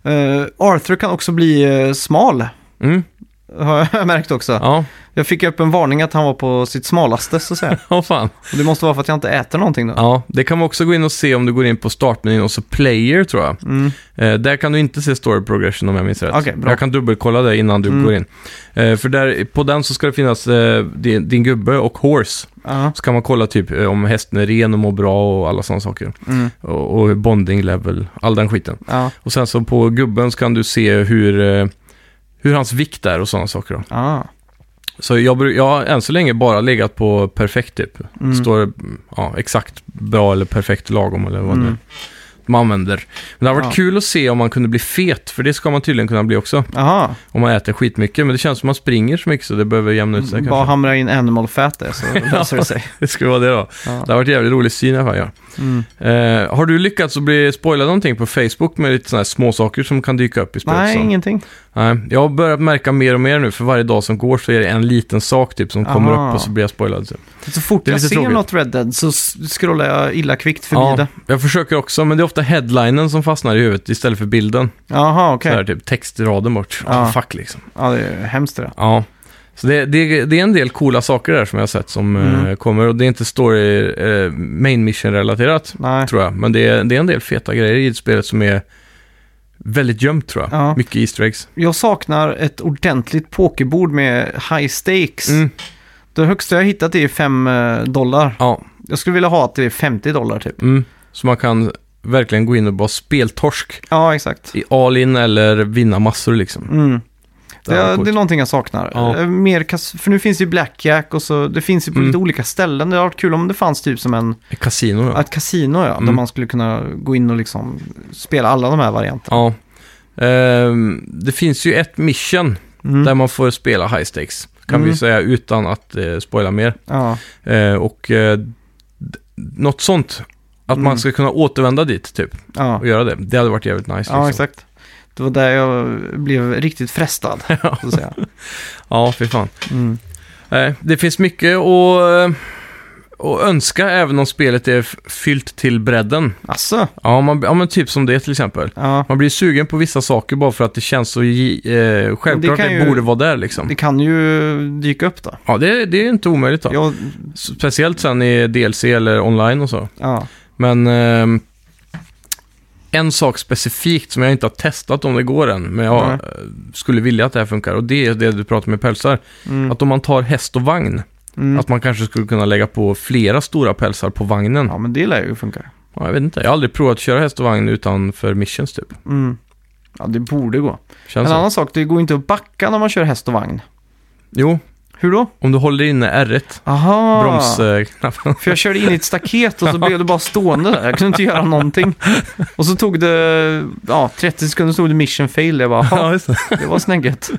A: Eh, Arthur kan också bli eh, smal,
B: Mm.
A: har jag märkt också.
B: Ja,
A: Jag fick upp en varning att han var på sitt smalaste, så att säga.
B: ja fan.
A: Och det måste vara för att jag inte äter någonting då.
B: Ja, det kan man också gå in och se om du går in på startmenyn och så player tror jag.
A: Mm.
B: Eh, där kan du inte se story progression om jag minns rätt.
A: Okej, bra.
B: jag kan dubbelkolla det innan du
A: Mm.
B: går in. Eh, för där, på den så ska det finnas eh, din, din gubbe och horse.
A: Ja.
B: Så kan man kolla typ eh, om hästen är ren och mår bra och alla sådana saker.
A: Mm.
B: Och, och bonding level, all den skiten.
A: Ja.
B: Och sen så på gubben så kan du se hur, eh, hur hans vikt är och sådana saker. Då.
A: Ah.
B: Så jag, bru- jag har än så länge bara legat på perfekt typ.
A: Mm.
B: Står mm, ja, exakt bra eller perfekt lagom eller vad det
A: Mm.
B: man använder. Men det har varit
A: Ja.
B: kul att se om man kunde bli fet, för det ska man tydligen kunna bli också.
A: Aha.
B: Om man äter skitmycket, men det känns som man springer så mycket så det behöver jämna ut sig
A: Bara
B: kanske.
A: hamra in animal fat där, så löser det sig.
B: Det skulle vara det då.
A: Ja. Mm.
B: Det har varit jävligt rolig syn i alla fall. Ja. Eh, har du lyckats att bli spoilad någonting på Facebook med lite sådana här småsaker som kan dyka upp i spelet?
A: Nej,
B: så?
A: ingenting.
B: Nej, jag har börjat märka mer och mer nu, för varje dag som går så är det en liten sak typ som
A: Aha.
B: kommer upp och så blir jag spoilad. typ.
A: Så fort
B: Det är
A: jag
B: lite
A: ser
B: tråkigt.
A: något Red Dead så s- scrollar jag illa kvickt förbi det.
B: jag försöker också, men det är ofta headlinen som fastnar i huvudet istället för bilden.
A: Jaha, okej.
B: Så här, typ textraden bort.
A: Ja.
B: Ah, fuck liksom.
A: Ja, det är hemskt det. där.
B: Ja. Så det, det, det är en del coola saker där som jag har sett som
A: Mm.
B: eh, kommer. Och det är inte story, eh, main mission-relaterat,
A: Nej.
B: tror jag. Men det är, det är en del feta grejer i spelet som är väldigt gömt, tror jag.
A: Ja.
B: Mycket Easter eggs.
A: Jag saknar ett ordentligt pokerbord med high stakes.
B: Mm.
A: Det högsta jag hittat är 5 dollar.
B: Ja.
A: Jag skulle vilja ha att det är 50 dollar typ.
B: Mm. Så man kan verkligen gå in och bara speltorsk
A: Ja, exakt.
B: i all-in eller vinna massor liksom.
A: Mm. Det,
B: hade varit
A: är,
B: coolt.
A: det är någonting jag saknar.
B: Ja.
A: Eh, Mer kas- för nu finns det ju blackjack och så, det finns ju på
B: Mm.
A: lite olika ställen. Det hade varit kul om det fanns typ som en,
B: Ett Kasino ja.
A: ett kasino ja, där
B: Mm.
A: man skulle kunna gå in och liksom spela alla de här varianterna.
B: ja. Ehm, det finns ju ett mission
A: Mm.
B: där man får spela high stakes. Kan
A: Mm.
B: vi säga utan att eh, spoila mer.
A: Ja.
B: Eh, och eh, d- något sånt. Att
A: Mm.
B: man ska kunna återvända dit typ
A: Ja.
B: och göra det. Det hade varit jävligt nice.
A: ja,
B: liksom.
A: exakt. Det var där jag blev riktigt frestad, så att säga.
B: Ja, fy fan.
A: Mm.
B: Nej, det finns mycket att, att önska även om spelet är f- fyllt till bredden.
A: Asså?
B: Ja, man, ja, men typ som det till exempel.
A: Ja.
B: Man blir sugen på vissa saker bara för att det känns så gi- eh,
A: Men det
B: självklart
A: kan
B: det,
A: ju-
B: borde vara där liksom.
A: Det kan ju dyka upp då.
B: Ja, det, det är inte omöjligt då.
A: Jag,
B: Speciellt sen i DLC eller online och så.
A: ja.
B: Men ehm, en sak specifikt som jag inte har testat om det går än, men jag
A: Nej.
B: eh, skulle vilja att det här funkar. Och det är det du pratar med pälsar.
A: Mm.
B: Att om man tar häst och vagn,
A: Mm.
B: att man kanske skulle kunna lägga på flera stora pälsar på vagnen.
A: ja, men det lär ju funka.
B: Ja, jag vet inte, jag har aldrig provat att köra häst och vagn utanför missions typ.
A: Mm. Ja, det borde gå.
B: Känns
A: en
B: så.
A: annan sak, det går inte att backa när man kör häst och vagn.
B: Jo,
A: Hur då?
B: om du håller inne R1,
A: Aha!
B: bromsknappen.
A: För jag körde in i ett staket och så blev det bara stående där. Jag kunde inte göra någonting. Och så tog det, ja, 30 sekunder stod det mission fail. Jag bara, "Jaha,
B: just det.
A: det var snägget.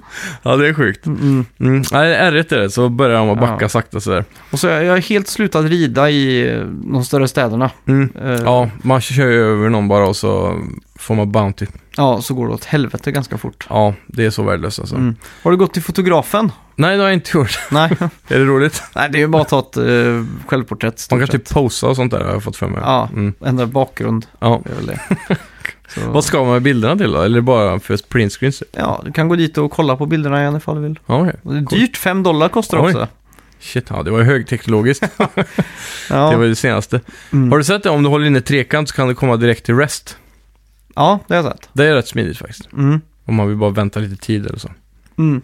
B: ja, det är sjukt.
A: Mm.
B: Mm. Nej, R1 är det, så börjar de att backa
A: Ja.
B: sakta sådär.
A: Och så jag jag har helt slutat rida i eh, de större städerna.
B: Mm.
A: Eh,
B: Ja, man kör ju över någon bara och så får man bounty.
A: ja, så går det åt helvete ganska fort.
B: Ja, det är så värdelöst alltså.
A: Mm. Har du gått till fotografen?
B: Nej, det har jag inte gjort.
A: Nej.
B: är det roligt?
A: Nej, det är ju bara att ta ett eh, självporträtt. stort
B: Man kan
A: sett.
B: typ posa och sånt där har jag fått för mig.
A: Ja.
B: Mm.
A: Ändra bakgrund,
B: ja.
A: det är väl det. Så,
B: Vad ska man med bilderna till då? Eller bara för printscreens?
A: Ja, du kan gå dit och kolla på bilderna igen ifall du vill.
B: Ja, okej.
A: Och Det är dyrt, 5 dollar kostar det
B: Oj.
A: också.
B: Shit, ja, det var ju högteknologiskt.
A: Ja.
B: Det var ju det senaste.
A: Mm.
B: Har du sett det? Om du håller inne trekant så kan du komma direkt till rest.
A: ja, det har jag sett.
B: Det är rätt smidigt faktiskt.
A: Mm.
B: Om man vill bara vänta lite tid eller så.
A: Mm.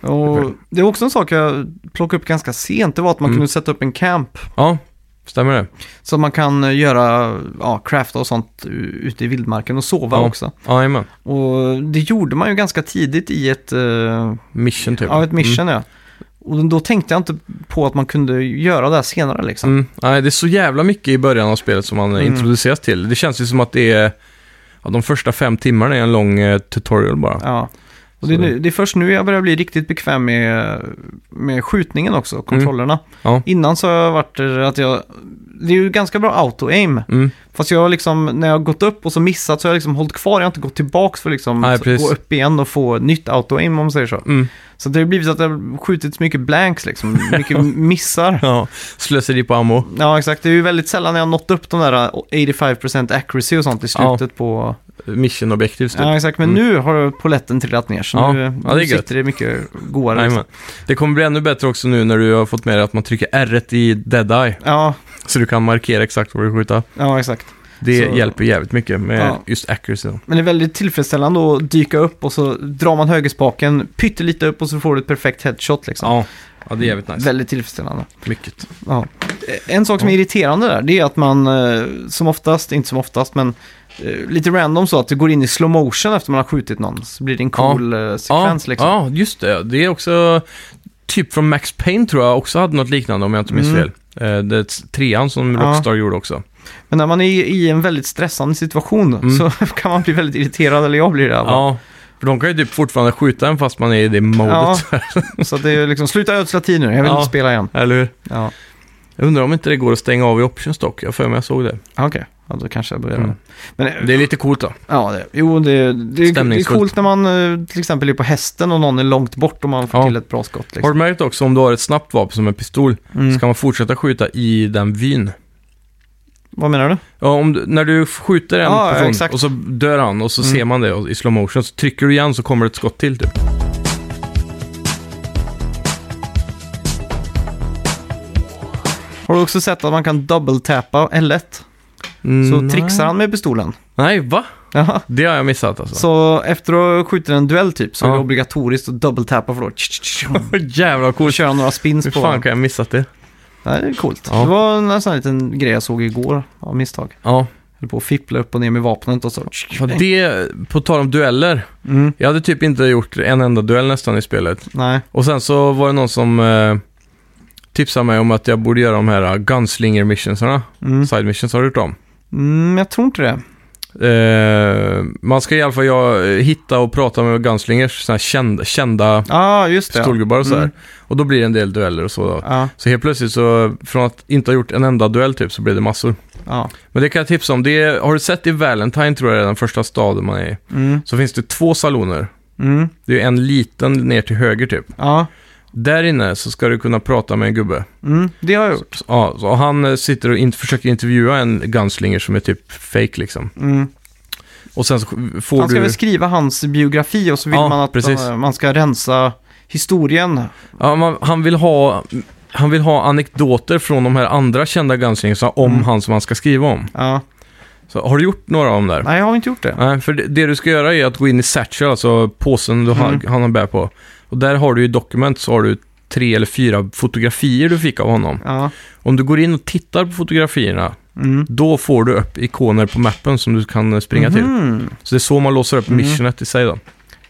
A: Och
B: Perfekt.
A: det är också en sak jag plockade upp ganska sent. Det var att man
B: Mm.
A: kunde sätta upp en camp.
B: Ja, stämmer det?
A: Så att man kan eh, göra, ja, crafta och sånt u- ute i vildmarken och sova
B: Ja.
A: också.
B: Ja, Jajamän.
A: Och det gjorde man ju ganska tidigt i ett, eh,
B: Mission typ.
A: ja, ett mission. Ja. Och då tänkte jag inte på att man kunde göra det här senare liksom.
B: Mm. Nej, det är så jävla mycket i början av spelet som man eh,
A: Mm.
B: introduceras till. Det känns ju som att det är... Ja, de första fem timmarna är en lång eh, tutorial bara.
A: Ja. Och det, är
B: Så det-
A: nu, det är först nu jag börjar bli riktigt bekväm med, med skjutningen också, kontrollerna.
B: Mm. Ja.
A: Innan så har jag varit eh, att jag... Det är ju ganska bra auto-aim.
B: Mm.
A: Fast jag har liksom, när jag har gått upp och så missat så har jag liksom hållit kvar. Jag har inte gått tillbaks för liksom
B: Nej,
A: att
B: precis.
A: gå upp igen och få nytt auto-aim om man säger så.
B: Mm.
A: Så det har blivit att det har skjutits mycket blanks liksom, mycket missar.
B: Ja, slöseri på ammo.
A: Ja, exakt. Det är ju väldigt sällan jag har nått upp de där 85% accuracy och sånt i
B: Ja.
A: slutet på...
B: Mission objectives typ.
A: Ja, exakt. Men nu har poletten trillat ner, så
B: Ja.
A: nu,
B: Ja, det är
A: nu
B: gött.
A: sitter det mycket godare. liksom.
B: Jajamän. det kommer bli ännu bättre också nu när du har fått med dig att man trycker R1 i Dead Eye.
A: Ja,
B: Så du kan markera exakt var du skjuter.
A: ja, exakt.
B: Det
A: Så-
B: hjälper jävligt mycket med
A: Ja.
B: just accuracy.
A: Men det är väldigt tillfredsställande att dyka upp och så drar man högerspaken pyttelite upp och så får du ett perfekt headshot liksom.
B: Ja. ja, det är jävligt nice.
A: Väldigt tillfredsställande.
B: Mycket.
A: Ja. En sak som är irriterande där, det är att man eh, som oftast, inte som oftast, men eh, lite random så att du går in i slow motion efter man har skjutit någon. Så blir det en cool eh,
B: Ja,
A: sekvens liksom.
B: ja, just det. Det är också typ från Max Payne tror jag också hade något liknande om jag inte minns
A: Mm.
B: fel. Eh, Det är trean som
A: Ja.
B: Rockstar gjorde också.
A: Men när man är i en väldigt stressande situation
B: Mm.
A: så kan man bli väldigt irriterad, eller jag blir det. i alla fall.
B: Ja, för de kan ju typ fortfarande skjuta en fast man är i det modet.
A: Så att det är liksom, sluta ödsla tid nu, jag vill
B: Ja.
A: inte spela igen.
B: Eller hur?
A: Ja.
B: Jag undrar om inte det går att stänga av i options dock. Jag har för mig jag såg det.
A: Ah, Okej, ja, då kanske jag börjar
B: Mm.
A: med. Men eh,
B: Det är lite coolt då.
A: ja, det, jo, det, det, är- det är
B: Stämningsfullt.
A: coolt när man eh, till exempel är på hästen och någon är långt bort och man får
B: Ja.
A: till ett bra skott.
B: Har
A: Liksom.
B: du märkt också om du har ett snabbt vapen som en pistol så
A: Mm.
B: kan man fortsätta skjuta i den vyn.
A: Vad menar du?
B: Ja, om du, när du skjuter en
A: Ja, ja,
B: person
A: exakt.
B: och så dör han och så
A: Mm.
B: ser man det och- i slow motion så trycker du igen så kommer det ett skott till typ.
A: Har du också sett att man kan double-tappa L1? Så
B: nej.
A: trixar han med pistolen.
B: Nej, va?
A: Jaha.
B: Det har jag missat alltså.
A: Så efter att ha skjutit en duell typ så är det
B: Ja.
A: obligatoriskt att double-tappa för då
B: Jävlar vad
A: och
B: coolt.
A: köra några spins
B: Hur
A: på
B: fan
A: den.
B: kan jag missat det?
A: Nej, det är coolt.
B: Ja.
A: Det var en sån här liten grej jag såg igår av misstag.
B: Ja,
A: Höll på att fippla upp och ner med vapnet och så.
B: för det, på tal om dueller.
A: Mm,
B: Jag hade typ inte gjort en enda duell nästan i spelet.
A: nej.
B: Och sen så var det någon som eh, tipsade mig om att jag borde göra de här eh, gunslinger missionsarna.
A: Mm.
B: Side missions har du gjort dem.
A: Mm, jag tror inte det.
B: Eh, man ska i alla fall ja, hitta och prata med gunslingers, sådana här kända, kända
A: Ja, ah, just det. ja.
B: pistolgubbar och sådär.
A: Mm.
B: Och då blir det en del dueller och så. Då.
A: Ja,
B: Så helt plötsligt så, från att inte ha gjort en enda duell typ, så blev det massor.
A: ja.
B: Men det kan jag tipsa om. Det är, har du sett i Valentine, tror jag det är den första staden man är i,
A: Mm,
B: så finns det två saloner.
A: mm,
B: Det är en liten ner till höger typ.
A: ja.
B: Där inne så ska du kunna prata med en gubbe.
A: Mm, det har jag gjort.
B: Ja, så han eh, sitter och in, försöker intervjua en gunslinger som är typ fake liksom.
A: Mm.
B: Och sen så sk- får
A: Han ska
B: du...
A: väl skriva hans biografi och så vill
B: Ja,
A: man att
B: precis.
A: eh, man ska rensa historien.
B: Ja, man, han, vill ha, han vill ha anekdoter från de här andra kända gunslingersna om
A: Mm.
B: han som han ska skriva om.
A: Ja.
B: Så, har du gjort några av dem där?
A: Nej, jag har inte gjort det.
B: Nej, för det, det du ska göra är att gå in i Satchel, alltså påsen du har,
A: Mm.
B: han har bär på. Och där har du i Document så har du tre eller fyra fotografier du fick av honom.
A: Ja.
B: Om du går in och tittar på fotografierna,
A: Mm.
B: då får du upp ikoner på mappen som du kan eh, springa till.
A: Mhm.
B: Så det är så man låser upp missionet i sig då.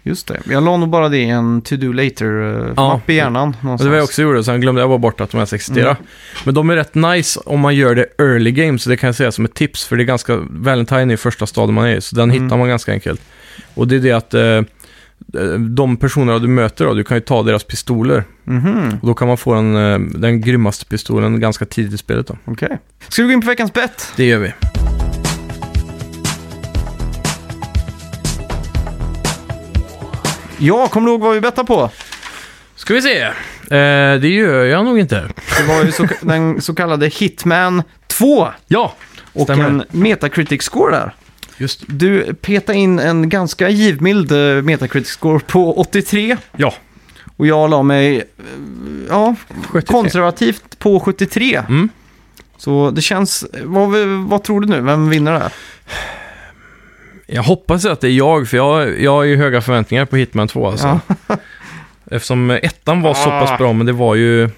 A: Just det. Jag la nog bara det i en to-do
B: Ja.
A: later-mapp i hjärnan. Någonstans. Mm.
B: Och det var jag också gjorde, sen glömde jag bara bort att de ens existerar. Men de är rätt nice om man gör det early game, så det kan jag säga som ett tips. För det är ganska, Valentine är första staden man är i, så den
A: Mm.
B: hittar man ganska enkelt. Och det är det att eh, de personerna du möter, då, du kan ju ta deras pistoler.
A: Mhm,
B: Och då kan man få den, eh, den grymmaste pistolen ganska tidigt i spelet. Då.
A: Okej. Ska vi gå in på veckans bett?
B: Det gör vi.
A: Ja, kommer du ihåg vad vi bettade på?
B: Ska vi se. Eh, det gör jag nog inte.
A: Det var ju så, den så kallade Hitman 2
B: Ja,
A: och
B: Stämmer.
A: en Metacritic-score där.
B: just
A: Du petade in en ganska givmild eh, Metacritic-score på 83
B: Ja,
A: och jag la mig eh, ja,
B: 73.
A: konservativt på 73.
B: Mm.
A: Så det känns... Vad, vad tror du nu? Vem vinner det här?
B: Jag hoppas att det är jag, för jag, jag har ju höga förväntningar på Hitman 2 alltså.
A: Ja.
B: Eftersom ettan var så
A: Ah.
B: pass bra, men det var ju...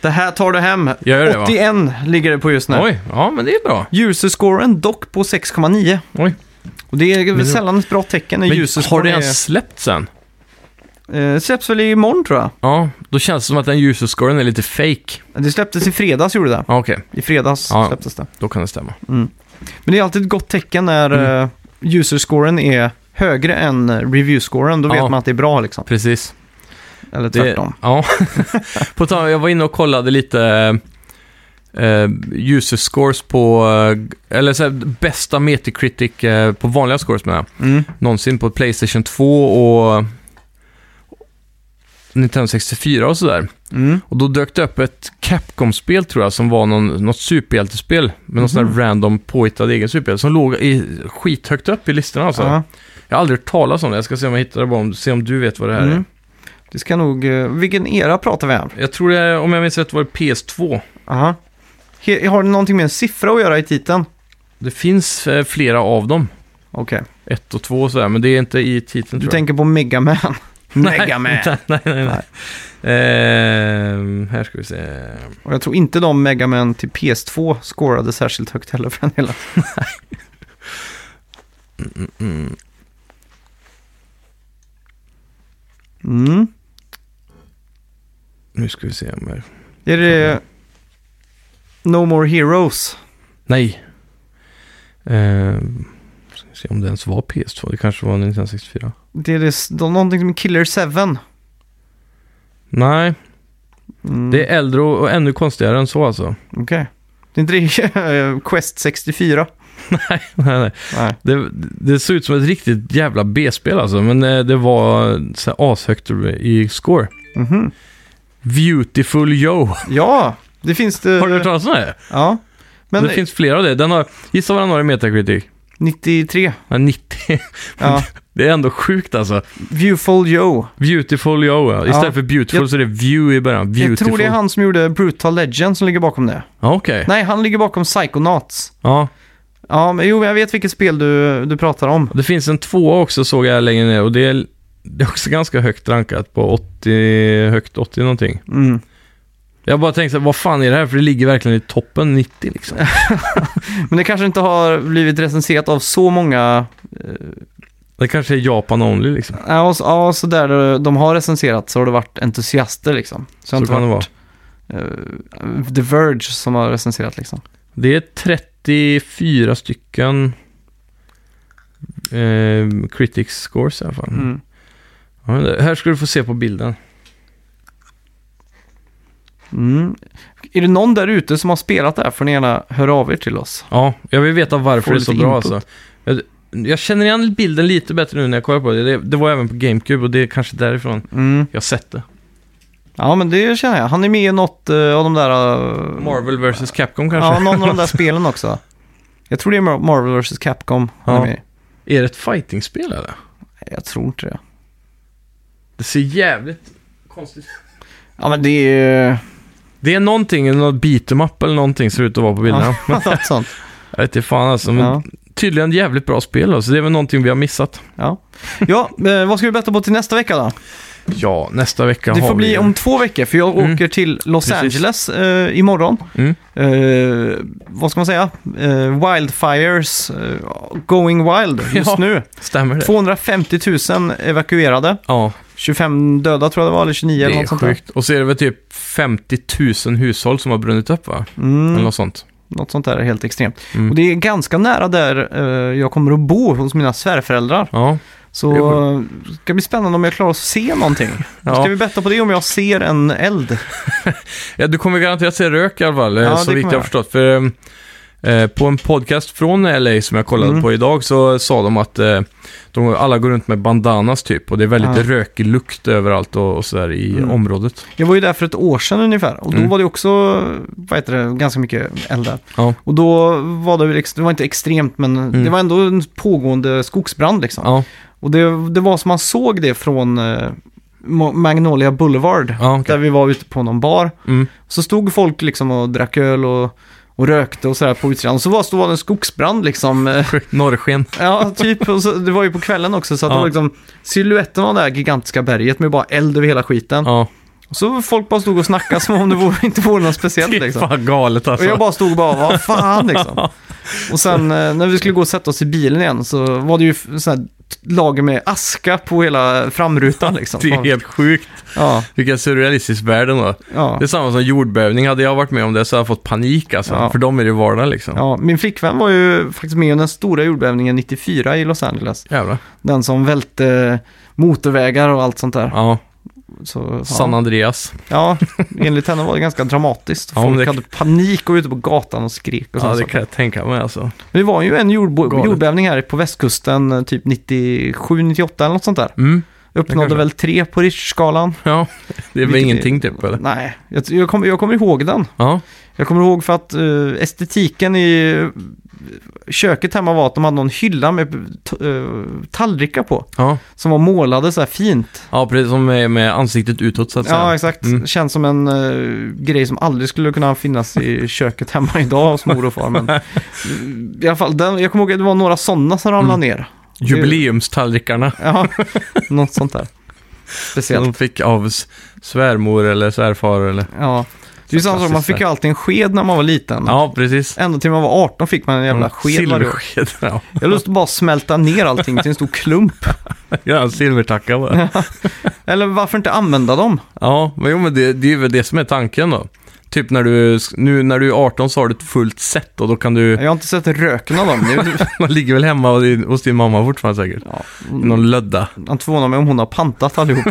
A: Det här tar du hem.
B: Jag gör det, va?
A: 81 ligger det på just nu.
B: Oj, ja men det är bra.
A: User-scoren dock på 6,9.
B: Oj.
A: Och det är
B: Men-
A: väl sällan ett bra tecken när
B: Men har
A: user-scoren
B: det
A: är...
B: ens släppt sen?
A: Eh, släpps väl imorgon tror jag.
B: Ja, då känns det som att den user-scoren är lite fake.
A: Det släpptes i fredags gjorde det.
B: Ja, okej.
A: I fredags
B: Ja.
A: släpptes det.
B: Då kan det stämma.
A: Men det är alltid ett gott tecken när
B: Mm.
A: mm. user-scoren är högre än eh, review-scoren. Då vet
B: Ja.
A: man att det är bra liksom.
B: Precis.
A: Eller
B: Det-
A: tvärtom.
B: Ja. på tal, jag var inne och kollade lite eh, user-scores på... eh, Eller så här, bästa Metacritic eh, på vanliga scores menar jag.
A: Mm.
B: Någonsin på Playstation 2 och... Nintendo 64 och sådär.
A: Mm.
B: Och då dök det upp ett Capcom-spel tror jag, som var någon, något superhjältespel. Med någon sån
A: Mhm.
B: här random påhittad egen superhjälte som låg i, skithögt upp i listorna alltså.
A: Ja.
B: Jag har aldrig hört talas om det. Jag ska se om jag hittar det bara, om, se om du vet vad det här
A: Mm. Det ska nog... eh, Vilken era pratar vi om?
B: är. Jag tror det, är- om jag minns rätt var det PS2.
A: Aha. He- Har det någonting med en siffra att göra i titeln?
B: Det finns eh, flera av dem.
A: Okej.
B: Ett och två och sådär, men det är inte i titeln
A: Du
B: tror jag.
A: tänker på Mega Man.
B: Nej,
A: Mega Man.
B: nej, nej, nej. nej. Ehm, här ska vi se.
A: Och jag tror inte de Mega Man till PS2 scorade särskilt högt heller för den hela.
B: Mm.
A: Mm.
B: Nu ska vi se om jag...
A: Är det No More Heroes?
B: Nej. Ehm, ska vi se om det ens var PS2. Det kanske var en Nintendo 64.
A: Det är det, s- de- någonting som är Killer 7.
B: Nej,
A: Mm.
B: Det är äldre och och ännu konstigare än så alltså.
A: Okej. Det är inte riktigt eh, Quest 64.
B: nej, nej, nej.
A: Nej.
B: Det, det ser ut som ett riktigt jävla B-spel alltså, men eh, det var så här ashögt i score.
A: Mhm.
B: Beautiful Joe.
A: Ja, det finns det.
B: Har du hört talas om det?
A: Ja. Eh, Men
B: det finns flera av det. Den har, gissa vad den har i Metacritic?
A: 93.
B: Ja, 90.
A: Ja.
B: Det är ändå sjukt alltså.
A: Viewful Joe.
B: Beautiful Joe, ja. Istället
A: Ja.
B: för beautiful
A: Jag-
B: så är det view i början. Beautiful.
A: Jag tror det är han som gjorde Brutal Legend som ligger bakom det.
B: Ja, okej.
A: Nej, han ligger bakom Psychonauts.
B: Ja.
A: Ja, men jo, jag vet vilket spel du, du pratar om.
B: Det finns en tvåa också såg jag längre ner och det är, det är också ganska högt rankat på 80, högt 80 någonting.
A: Mm.
B: Jag bara tänkte så här, vad fan är det här? För det ligger verkligen i toppen 90 liksom.
A: Men det kanske inte har blivit recenserat av så många...
B: Det kanske är Japan only liksom.
A: Ja, och så, ja, så där de har recenserat så har det varit entusiaster liksom. Så,
B: Så
A: det har
B: kan det
A: inte
B: vara.
A: varit eh, The Verge som har recenserat liksom.
B: Det är 34 stycken eh, critics scores i alla fall.
A: Mm.
B: Ja, men det- här ska du få se på bilden.
A: Mm. Är det någon där ute som har spelat det här får ni gärna höra av er till oss.
B: Ja, jag vill veta varför
A: Får
B: det är
A: lite
B: så bra
A: input.
B: alltså. Jag, jag känner igen bilden lite bättre nu när jag kollar på det. det. Det var även på GameCube och det är kanske därifrån
A: Mm.
B: jag sett det.
A: Ja, men det känner jag. Han är med i något eh, av de där... eh,
B: Marvel vs Capcom kanske?
A: Ja, någon av de där spelen också. Jag tror det är Mar- Marvel vs. Capcom. han är
B: Ja.
A: med i.
B: Är det ett fightingspel eller?
A: Nej, Jag tror inte det.
B: Det ser jävligt konstigt ut.
A: Ja, men det är ju...
B: Det är någonting, något beat'em up eller någonting ser det ut att vara på bilderna.
A: Ja, något sånt.
B: Jag vet inte fan alltså, men
A: Ja.
B: tydligen jävligt bra spel då, så det är väl någonting vi har missat.
A: Ja. ja, eh, vad ska vi betta på till nästa vecka då?
B: Ja, nästa vecka
A: Det
B: har
A: får
B: vi...
A: bli om två veckor, för jag
B: Mm.
A: åker till Los
B: Precis.
A: Angeles eh, imorgon.
B: Mm.
A: Eh, vad ska man säga? Eh, wildfires eh, going wild just
B: Ja.
A: nu.
B: Stämmer det?
A: 250 000 evakuerade.
B: Ja,
A: 25 döda tror jag det var, eller 29
B: det
A: eller
B: är
A: något sånt där.
B: sjukt. Och så är det väl typ 50 000 hushåll som har brunnit upp va? Eller
A: Mm,
B: något sånt.
A: något sånt där är helt extremt.
B: Mm.
A: Och det är ganska nära där eh, jag kommer att bo hos mina svärföräldrar.
B: Ja,
A: Så
B: Det är
A: eh, det ska bli spännande om jag klarar att se någonting.
B: Ja.
A: Ska vi betta på det om jag ser en eld?
B: Ja, du kommer garanterat se rök i alla fall, eh,
A: Ja, det
B: så
A: kommer
B: vitt jag
A: jag.
B: har förstått. För, ehm, eh, på en podcast från LA som jag kollade
A: Mm.
B: på idag så sa de att eh, de alla går runt med bandanas typ och det är väldigt
A: Ja.
B: rökig lukt överallt och, och sådär i
A: Mm.
B: området.
A: Jag var ju där för ett år sedan ungefär och då
B: Mm.
A: var det också, vad heter det, ganska mycket eld där.
B: Ja. Mm.
A: Och då var det, väl ex- det var inte extremt men det var ändå en pågående skogsbrand liksom.
B: Ja,
A: Och det, det var som man såg det från eh, Ma- Magnolia Boulevard.
B: ja okej.
A: Där vi var ute på någon bar.
B: Mm.
A: Så stod folk liksom och drack öl och, och rökte och sådär på utsidan. Och så var, stod det en skogsbrand liksom. eh,
B: Norrsken.
A: Ja, typ. Och så, det var ju på kvällen också. Så att
B: Ja.
A: det var liksom siluetten av det här gigantiska berget med bara eld över hela skiten.
B: Ja,
A: Så folk bara stod och snackade som om det vore, inte vore något speciellt
B: det är
A: liksom.
B: fan Typ galet
A: Och
B: alltså.
A: jag bara stod och bara, vad fan liksom. Och sen eh, när vi skulle gå och sätta oss i bilen igen så var det ju f- sån här t- lager med aska på hela framrutan liksom.
B: Det är helt sjukt.
A: Ja,
B: Vilken surrealistisk värld ändå.
A: ja.
B: Det är samma som jordbävning. Hade jag varit med om det så hade jag fått panik alltså.
A: Ja.
B: För dem är det vardag liksom.
A: Ja, min flickvän var ju faktiskt med om den stora jordbävningen 94 i Los Angeles.
B: Jävlar.
A: Den som välte eh, motorvägar och allt sånt där.
B: Ja,
A: Så, ja.
B: San Andreas.
A: Ja, enligt henne var det ganska dramatiskt.
B: Ja, men
A: Folk
B: det-
A: hade panik och var ute på gatan och skrek och
B: Ja,
A: sånt.
B: det kan jag tänka mig alltså.
A: Men det var ju en jordbo-
B: Galet.
A: jordbävning här på västkusten, eh, typ 97-98 eller något sånt där.
B: Mm.
A: Uppnådde
B: kanske.
A: väl tre på Richterskalan.
B: Ja, det är väl
A: Vilket är-
B: ingenting typ eller?
A: Nej, jag, jag, kommer, jag kommer ihåg den.
B: Ja,
A: Jag kommer ihåg för att eh, estetiken i eh, köket hemma var att de hade någon hylla med t- eh, tallrikar på.
B: ja.
A: Som var målade så här fint.
B: ja precis som med, med ansiktet utåt så att säga.
A: Ja, exakt.
B: Mm.
A: Känns som en eh, grej som aldrig skulle kunna finnas i köket hemma idag hos mor och far. Men, eh, I alla fall, den, jag kommer ihåg att det var några sådana som ramlade
B: Mm.
A: ner.
B: Jubileumstallrikarna.
A: Ja, något sånt där.
B: som
A: Speciellt.
B: De fick av s- svärmor eller svärfar eller...
A: Ja. Det är ju samma sak, man fick ju alltid en sked när man var liten.
B: Ja, precis.
A: Ända till man var 18 fick man en jävla sked varje år.
B: Silversked. Ja,
A: Jag har lust att bara smälta ner allting till en stor klump.
B: ja en silvertacka bara.
A: Eller varför inte använda dem?
B: Ja, men jo men det, det är väl det som är tanken då. Typ när du, nu när du är 18 så har du ett fullt set och då kan du,
A: Jag har inte sett röken av dem. Det är-
B: man ligger väl hemma hos din, hos din mamma fortfarande säkert.
A: Ja,
B: I Någon lödda.
A: han förvånar mig om hon har pantat allihop.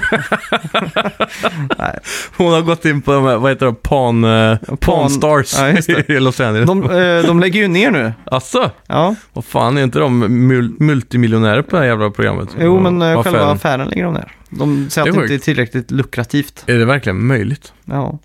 A: Nej.
B: Hon har gått in på de här, vad heter det, Pan, eh, Pan,
A: Pan-
B: Stars
A: Ja, just det.
B: i Los Angeles.
A: De, eh, de lägger ju ner nu.
B: Alltså,
A: Ja,
B: vad fan är inte de mul- multimiljonärer på det här jävla programmet?
A: jo men eh,
B: Vad
A: själva
B: fan?
A: affären lägger de ner. De säger
B: Det är
A: att det inte är
B: sjukt.
A: tillräckligt lukrativt.
B: Är det verkligen möjligt?
A: Ja.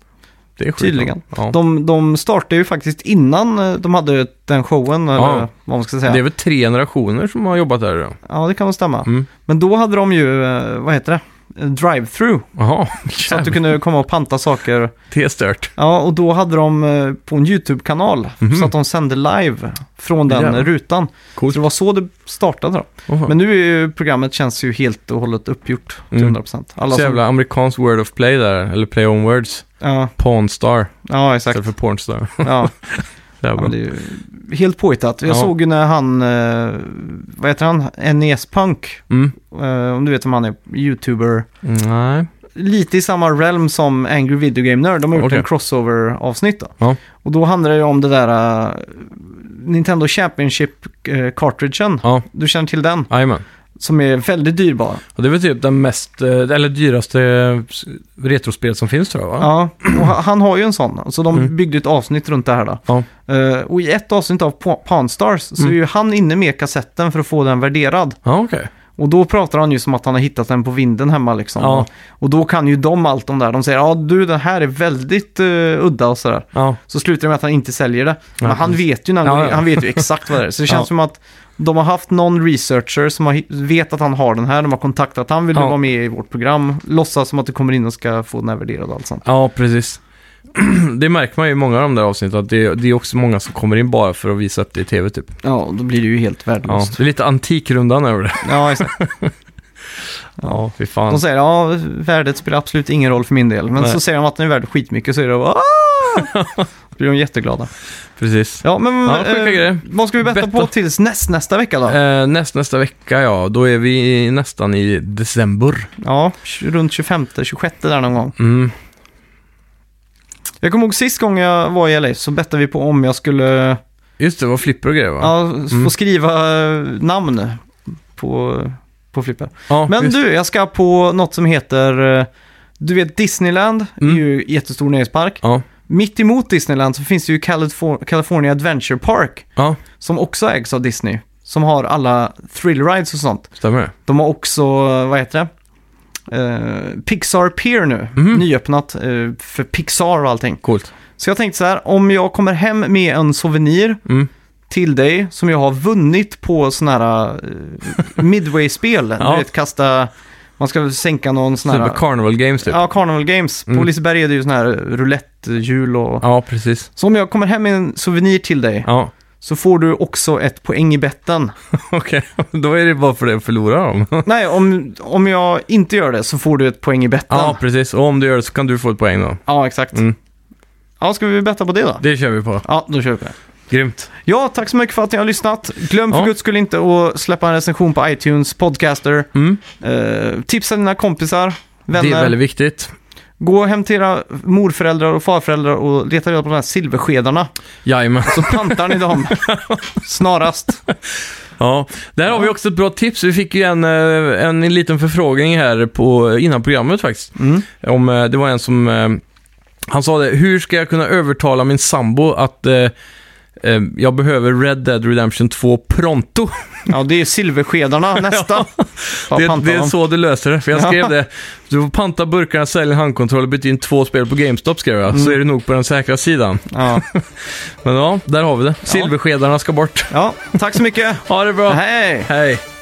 B: Det är sjukt.
A: Tydligen.
B: Ja.
A: De, de startade ju faktiskt innan eh, de hade den showen, eller
B: Ja.
A: vad man ska säga.
B: Det är väl tre generationer som har jobbat där då?
A: Ja, det kan väl stämma.
B: Mm.
A: Men då hade de ju, eh, vad heter det? Drive-through,
B: Jaha,
A: så att du kunde komma och panta saker.
B: det är stört.
A: Ja, och då hade de eh, på en YouTube-kanal, så att de sände live från den
B: Mhm. Jävlar.
A: rutan.
B: Coolt.
A: Så det var så det startade då.
B: Jaha.
A: Men nu är ju programmet känns ju helt och hållet uppgjort till
B: Mm.
A: 100%. Alla
B: Så
A: som,
B: jävla amerikansk word of play där, eller play on words.
A: ja,
B: Pawnstar
A: ja,
B: istället
A: exakt.
B: för pornstar.
A: Ja,
B: Det är
A: ja,
B: bra.
A: men det är ju helt påhittat. Jag
B: Ja.
A: såg ju när han, eh, vad heter han, NES Punk,
B: Mm.
A: eh, om du vet om han är, YouTuber.
B: Nej.
A: lite i samma realm som Angry Video Game Nerd. De har gjort
B: Okej.
A: en crossover-avsnitt då.
B: Ja.
A: Och då handlar det ju om det där eh, Nintendo Championship-cartridgen.
B: Ja,
A: Du känner till den,
B: jajamän.
A: som är väldigt dyrbar.
B: Och det är väl typ den mest, eh, eller dyraste eh, retrospel som finns tror jag va?
A: Ja, och ha- han har ju en sån. Så de
B: Mm.
A: byggde ett avsnitt runt det här då.
B: Ja. Mm.
A: Eh, och i ett avsnitt av Pa- Pawn Stars så är ju han inne med kassetten för att få den värderad.
B: Ja, okej.
A: Och då pratar han ju som att han har hittat den på vinden hemma liksom.
B: Ja.
A: Och då kan ju de allt om det här. De säger ja du den här är väldigt eh, udda och sådär.
B: Ja.
A: Så slutar det med att han inte säljer det. Men
B: Ja,
A: han vet ju när han,
B: Ja, ja.
A: han vet ju exakt vad det är. Så det känns
B: Ja.
A: som att de har haft någon researcher som har, hi- vet att han har den här. De har kontaktat han, vill du
B: Ja.
A: vara med i vårt program? Låtsas som att du kommer in och ska få den här värderad och allt sånt.
B: ja, precis. det märker man ju i många av de där avsnitten, att det, det är också många som kommer in bara för att visa upp det i tv typ.
A: Ja, då blir det ju helt
B: Ja.
A: värdelöst.
B: Det är lite antikrundan över det.
A: Ja, exakt.
B: Ja, fy fan.
A: De säger ja, värdet spelar absolut ingen roll för min del. Men
B: Nej.
A: så säger de att den är värd skitmycket så är det bara, "Ah!" Då blir de jätteglada.
B: Precis.
A: Ja, men eh,
B: Ja, sjuka grejer.
A: vad ska vi betta
B: Betta.
A: på tills näst, nästa vecka då?
B: Eh, näst, nästa vecka ja, då är vi nästan i december.
A: Ja, runt 25-26 där någon gång.
B: Mm.
A: Jag kommer ihåg sist gången jag var i LA så bettade vi på om jag skulle
B: Just det, det var flipper och grejer va?
A: ja,
B: Mm.
A: få skriva eh, namn på, på flipper.
B: Ja,
A: Men
B: just-
A: du, jag ska på något som heter, eh, du vet Disneyland är
B: Mm.
A: ju jättestor nöjespark.
B: Ja.
A: Mitt emot Disneyland så finns det ju Califor- California Adventure Park
B: ja,
A: som också ägs av Disney. Som har alla thrill rides och sånt.
B: stämmer det.
A: De har också, vad heter det? Eh, Pixar Pier nu,
B: Mm.
A: nyöppnat eh, för Pixar och allting.
B: Coolt.
A: Så jag tänkte så här, om jag kommer hem med en souvenir
B: Mm.
A: till dig som jag har vunnit på sådana här eh, Midway-spel.
B: Ja.
A: Du vet, kasta, man ska väl sänka någon sån
B: Sådana
A: här...
B: här Carnival Games typ. Ja,
A: ja, Carnival Games. På
B: Mm.
A: Liseberg är det ju sådana här roulettehjul och...
B: precis.
A: Så om jag kommer hem med en souvenir till dig
B: Ja,
A: så får du också ett poäng i betten.
B: okej. Då är det bara för det att förlora dem.
A: Nej, om, om jag inte gör det så får du ett poäng i betten.
B: Ja, precis. Och om du gör det så kan du få ett poäng då.
A: Ja, exakt.
B: Mm.
A: Ja, ska vi betta på det då?
B: Det kör vi på.
A: Ja, då kör vi på det.
B: Grymt.
A: Ja, tack så mycket för att ni har lyssnat. Glöm för
B: Ja.
A: guds skull inte att släppa en recension på iTunes, Podcaster.
B: Mm.
A: Eh, tipsa dina kompisar, vänner.
B: Det är väldigt viktigt.
A: Gå hem till era morföräldrar och farföräldrar och leta reda på de här silverskedarna.
B: Jajamän.
A: Så pantar ni dem snarast.
B: Ja, där har vi också ett bra tips. Vi fick ju en, eh, en liten förfrågning här på, innan programmet faktiskt.
A: Mm.
B: Om, eh, det var en som, eh, han sa det, hur ska jag kunna övertala min sambo att eh, eh, jag behöver Red Dead Redemption 2 pronto?
A: Ja, det är silverskedarna nästa. Bara
B: Det,
A: panta
B: det är
A: dem.
B: så du löser det, för jag
A: Ja.
B: skrev det. Du får panta burkarna, sälja handkontroller, byta in två spel på GameStop skrev jag. Så är det nog på den säkra sidan.
A: Ja.
B: Men ja, där har vi det. Silverskedarna ska bort.
A: ja, tack så mycket.
B: Ha det bra.
A: Hej!
B: Hej.